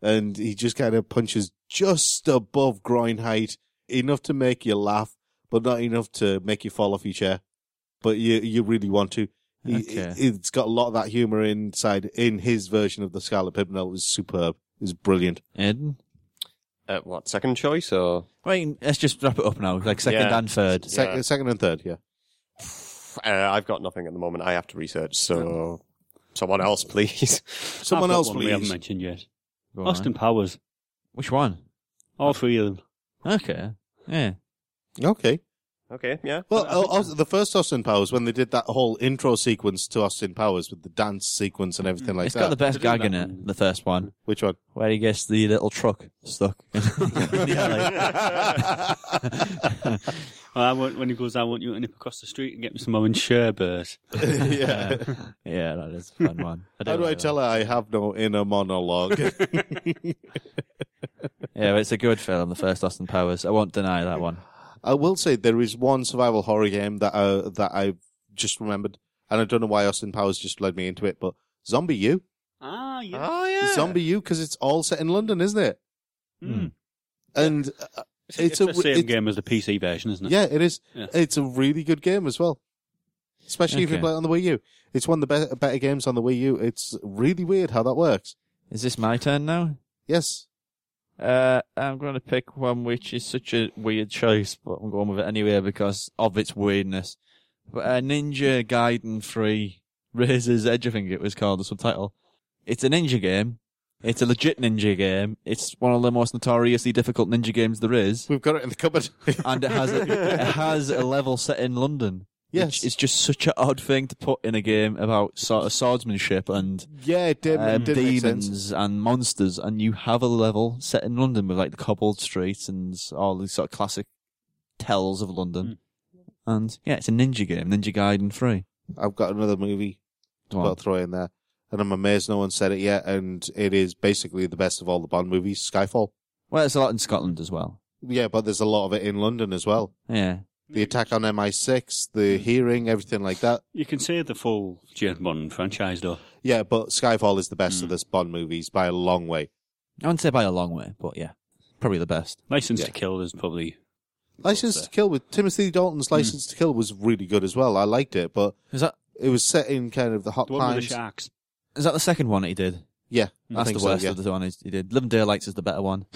S2: and he just kind of punches just above groin height, enough to make you laugh, but not enough to make you fall off your chair. But you you really want to. He-
S3: Okay.
S2: he- It's got a lot of that humor inside in his version of the Scarlet Pimpernel. It was superb. It was brilliant.
S3: Aiden?
S5: Uh, what, second choice or?
S3: Right, let's just wrap it up now. Like second
S5: Yeah.
S3: and third.
S2: Sec- Second and third, yeah.
S5: Uh, I've got nothing at the moment. I have to research, so someone else, please.
S2: Someone
S4: I've got
S2: else,
S4: one We haven't
S2: please.
S4: mentioned yet.
S3: Go on,
S4: Austin
S3: then.
S4: Powers.
S3: Which one?
S4: All three of them.
S3: Okay. Yeah.
S2: Okay.
S5: Okay, yeah.
S2: Well, oh, also, the first Austin Powers when they did that whole intro sequence to Austin Powers with the dance sequence and everything like
S3: It's
S2: that.
S3: got the best gag in it, the first one,
S2: Which one?
S3: where he gets the little truck stuck. *laughs* in the alley.
S4: I want, when he goes, I want you to nip across the street and get me some orange sherbet.
S2: *laughs* *laughs* yeah.
S3: *laughs* yeah, that is a fun one.
S2: How do I
S3: like that.
S2: tell her I have no inner monologue?
S3: Yeah, but it's a good film, the first Austin Powers. I won't deny that one.
S2: I will say there is one survival horror game that uh, that I've just remembered, and I don't know why Austin Powers just led me into it, but Zombie U,
S4: Ah, yeah.
S5: Oh, yeah.
S2: Zombie U, because it's all set in London, isn't it?
S4: Mm.
S2: And uh,
S4: It's,
S2: it's, a
S4: the same
S2: it-
S4: game as the PC version, isn't it?
S2: Yeah, it is.
S4: Yeah.
S2: It's a really good game as well, especially if you
S3: Okay.
S2: play it on the Wii U. It's one of the be- better games on the Wii U. It's really weird how that works.
S3: Is this my turn now?
S2: Yes,
S3: Uh, I'm going to pick one which is such a weird choice, but I'm going with it anyway because of its weirdness. But uh, Ninja Gaiden 3 *laughs* Razor's Edge, I think it was called, the subtitle. It's a ninja game. It's a legit ninja game. It's one of the most notoriously difficult ninja games there is.
S2: we've got it in the cupboard. *laughs*
S3: And it has a, it has a level set in London.
S2: Yes.
S3: Which is just such an odd thing to put in a game about sort of swordsmanship and
S2: yeah, it did.
S3: um,
S2: it did make sense.
S3: demons and monsters, and you have a level set in London with like the cobbled streets and all these sort of classic tells of London.
S2: Hmm.
S3: And yeah, it's a ninja game, Ninja Gaiden 3.
S2: I've got another movie to
S3: Go on.
S2: put throw in there, and I'm amazed no one said it yet. And it is basically the best of all the Bond movies, Skyfall.
S3: Well, it's a lot in Scotland as well.
S2: Yeah, but there's a lot of it in London as well.
S3: Yeah.
S2: The attack on MI6, the hearing, everything like that.
S4: You can say the full James Bond franchise, though.
S2: Yeah, but Skyfall is the best of this Bond movies by a long way.
S3: I wouldn't say by a long way, but yeah, probably the best.
S4: License to Kill is probably.
S2: License
S4: Well,
S2: to Kill with Timothy Dalton's License to Kill was really good as well. I liked it, but
S3: Is that
S2: it was set in kind of the hot
S4: The one with
S2: times.
S4: the sharks.
S3: is that the second one that he did?
S2: Yeah, I
S3: that's
S2: think
S3: the
S2: so,
S3: worst
S2: yeah.
S3: of the one he he did. Living Daylights is the better one.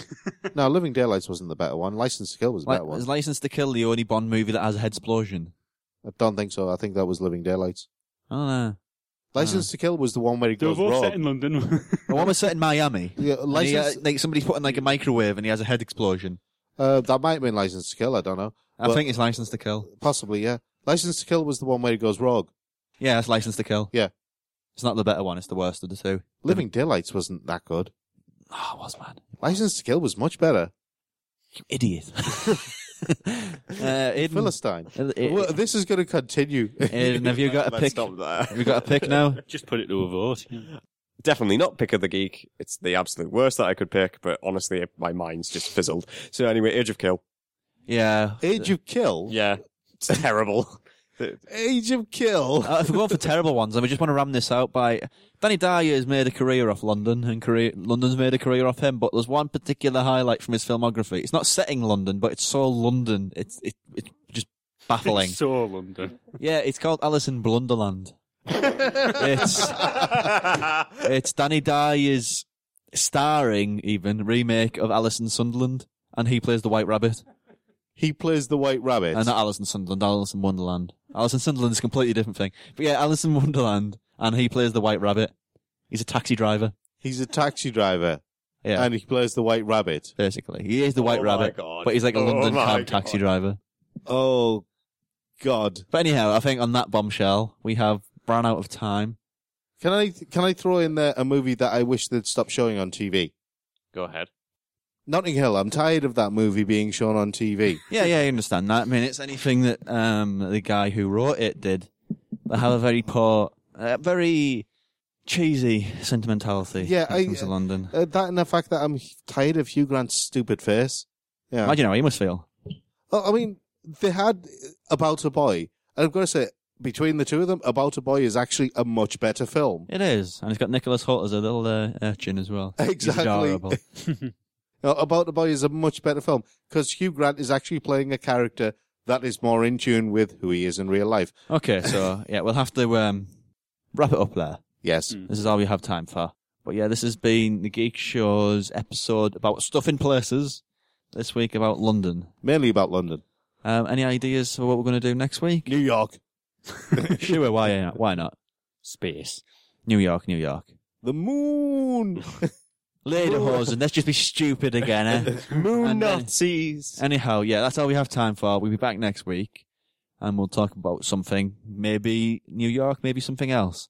S2: no, Living Daylights wasn't the better one. License to Kill was the
S3: Like,
S2: better one.
S3: is License to Kill the only Bond movie that has a head explosion?
S2: I don't think so. I think that was Living Daylights.
S3: I don't know.
S2: License to Kill was the one where he
S4: They were
S2: goes
S4: both
S2: wrong.
S4: set in London.
S3: The one was set in Miami.
S2: Yeah,
S3: And he,
S2: License-
S3: uh, like somebody's putting like a microwave and he has a head explosion.
S2: Uh, that might have been License to Kill. I don't know.
S3: I
S2: But
S3: think it's License to Kill.
S2: possibly yeah. License to Kill was the one where he goes rogue.
S3: Yeah, that's License to Kill.
S2: Yeah.
S3: It's not the better one. It's the worst of the two.
S2: Living Daylights wasn't that good.
S3: Oh, it was man,
S2: License to Kill was much better.
S3: you *laughs* idiot. Uh, Aidan-
S2: Philistine.
S3: Uh, it-
S2: Well, this is going to continue.
S3: Aidan, have you got a
S5: Let's
S3: pick?
S5: stop there.
S3: Have you got a pick now?
S4: *laughs* Just put it to a vote. yeah.
S5: *laughs* definitely not pick of the geek. It's the absolute worst that I could pick, but honestly, my mind's just fizzled. So anyway, Age of Kill.
S3: Yeah.
S2: *laughs* Age of Kill.
S5: Yeah, it's *laughs* terrible.
S2: Age of Kill.
S3: Uh, if we're going for terrible ones, and we just want to ram this out by Danny Dyer has made a career off London, and career, London's made a career off him. But there's one particular highlight from his filmography. It's not setting London, but it's so London. It's it, it's just baffling.
S4: So London.
S3: yeah, it's called Alice in Blunderland.
S5: *laughs*
S3: it's it's Danny Dyer's starring even remake of Alice in Sunderland, and he plays the White Rabbit.
S2: He plays the White Rabbit.
S3: Uh, not Alice in Sunderland, Alice in Wonderland. Alice in Sunderland is a completely different thing. But yeah, Alice in Wonderland, and he plays the White Rabbit. He's a taxi driver,
S2: He's a taxi driver.
S3: Yeah.
S2: And he plays the White Rabbit.
S3: basically. He is the White
S5: Oh my
S3: Rabbit,
S5: God.
S3: but he's like a
S5: Oh
S3: London
S5: my
S3: cab
S5: God.
S3: taxi driver.
S2: Oh, God.
S3: But anyhow, I think on that bombshell, we have ran out of time.
S2: Can I can I throw in there a movie that I wish they'd stop showing on TV?
S5: Go ahead.
S2: Notting Hill. I'm tired of that movie being shown on TV.
S3: Yeah, yeah, I understand that. I mean, it's anything that um, the guy who wrote it did. They have a very poor, uh, very cheesy sentimentality
S2: Yeah,
S3: when it
S2: I-
S3: comes to London.
S2: Uh, that and the fact that I'm h- tired of Hugh Grant's stupid face. Yeah.
S3: Imagine how he must feel.
S2: Oh, I mean, they had uh, About a Boy. And I've got to say, between the two of them, About a Boy is actually a much better film.
S3: It is, and he's got Nicholas Holt as a little uh, urchin as well. He's
S2: Exactly.
S3: adorable.
S2: Uh, About the Boy is a much better film because Hugh Grant is actually playing a character that is more in tune with who he is in real life.
S3: Okay, so yeah, we'll have to um, wrap it up there.
S2: Yes.
S3: This is all we have time for. But yeah, this has been the Geek Show's episode about stuff in places. This week about London.
S2: Mainly about London.
S3: Um, any ideas for what we're going to do next week?
S2: New York.
S3: *laughs*
S2: *laughs*
S3: sure, why not? Why not?
S4: Space.
S3: New York, New York.
S2: The moon.
S3: Lederhosen, let's just be stupid again,
S2: *laughs*
S3: eh?
S5: Moon
S3: And then-
S5: Nazis.
S3: Anyhow, yeah, that's all we have time for. We'll be back next week and we'll talk about something. Maybe New York, maybe something else.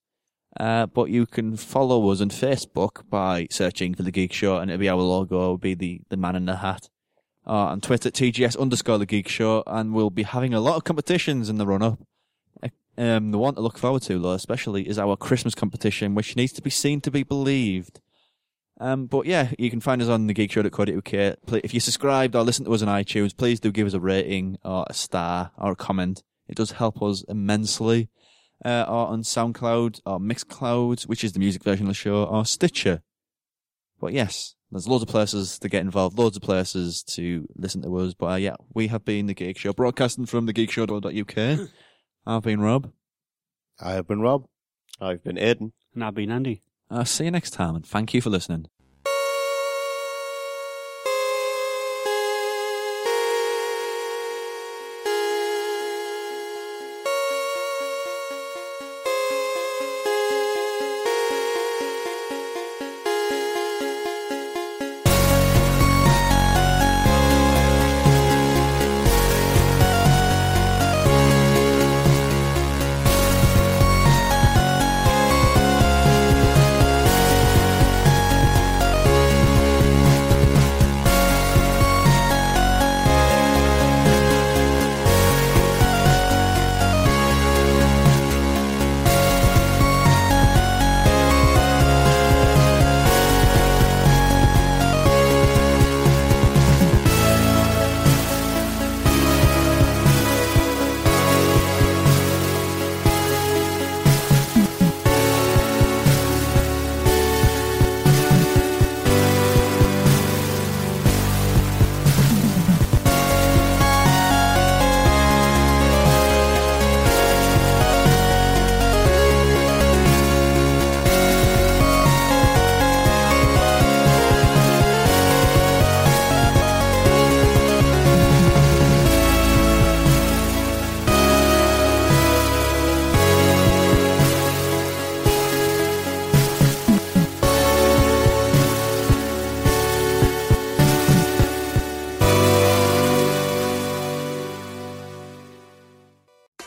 S3: Uh, but you can follow us on Facebook by searching for The Geek Show and it'll be our logo, it'll be the, the man in the hat. Uh, on Twitter, TGS underscore The Geek Show and we'll be having a lot of competitions in the run up. Um, the one to look forward to, though, especially, is our Christmas competition, which needs to be seen to be believed. Um, but yeah, you can find us on thegeekshow.co.uk. Pl- If you subscribed or listen to us on iTunes, please do give us a rating or a star or a comment. It does help us immensely. Uh, or on SoundCloud or Mixcloud, which is the music version of the show, or Stitcher. But yes, there's loads of places to get involved, loads of places to listen to us. But uh, yeah, we have been The Geek Show, broadcasting from thegeekshow.uk. I've been Rob.
S2: I have been Rob.
S5: I've been Aiden.
S4: And I've been Andy.
S3: Uh, see you next time, and thank you for listening.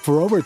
S12: For over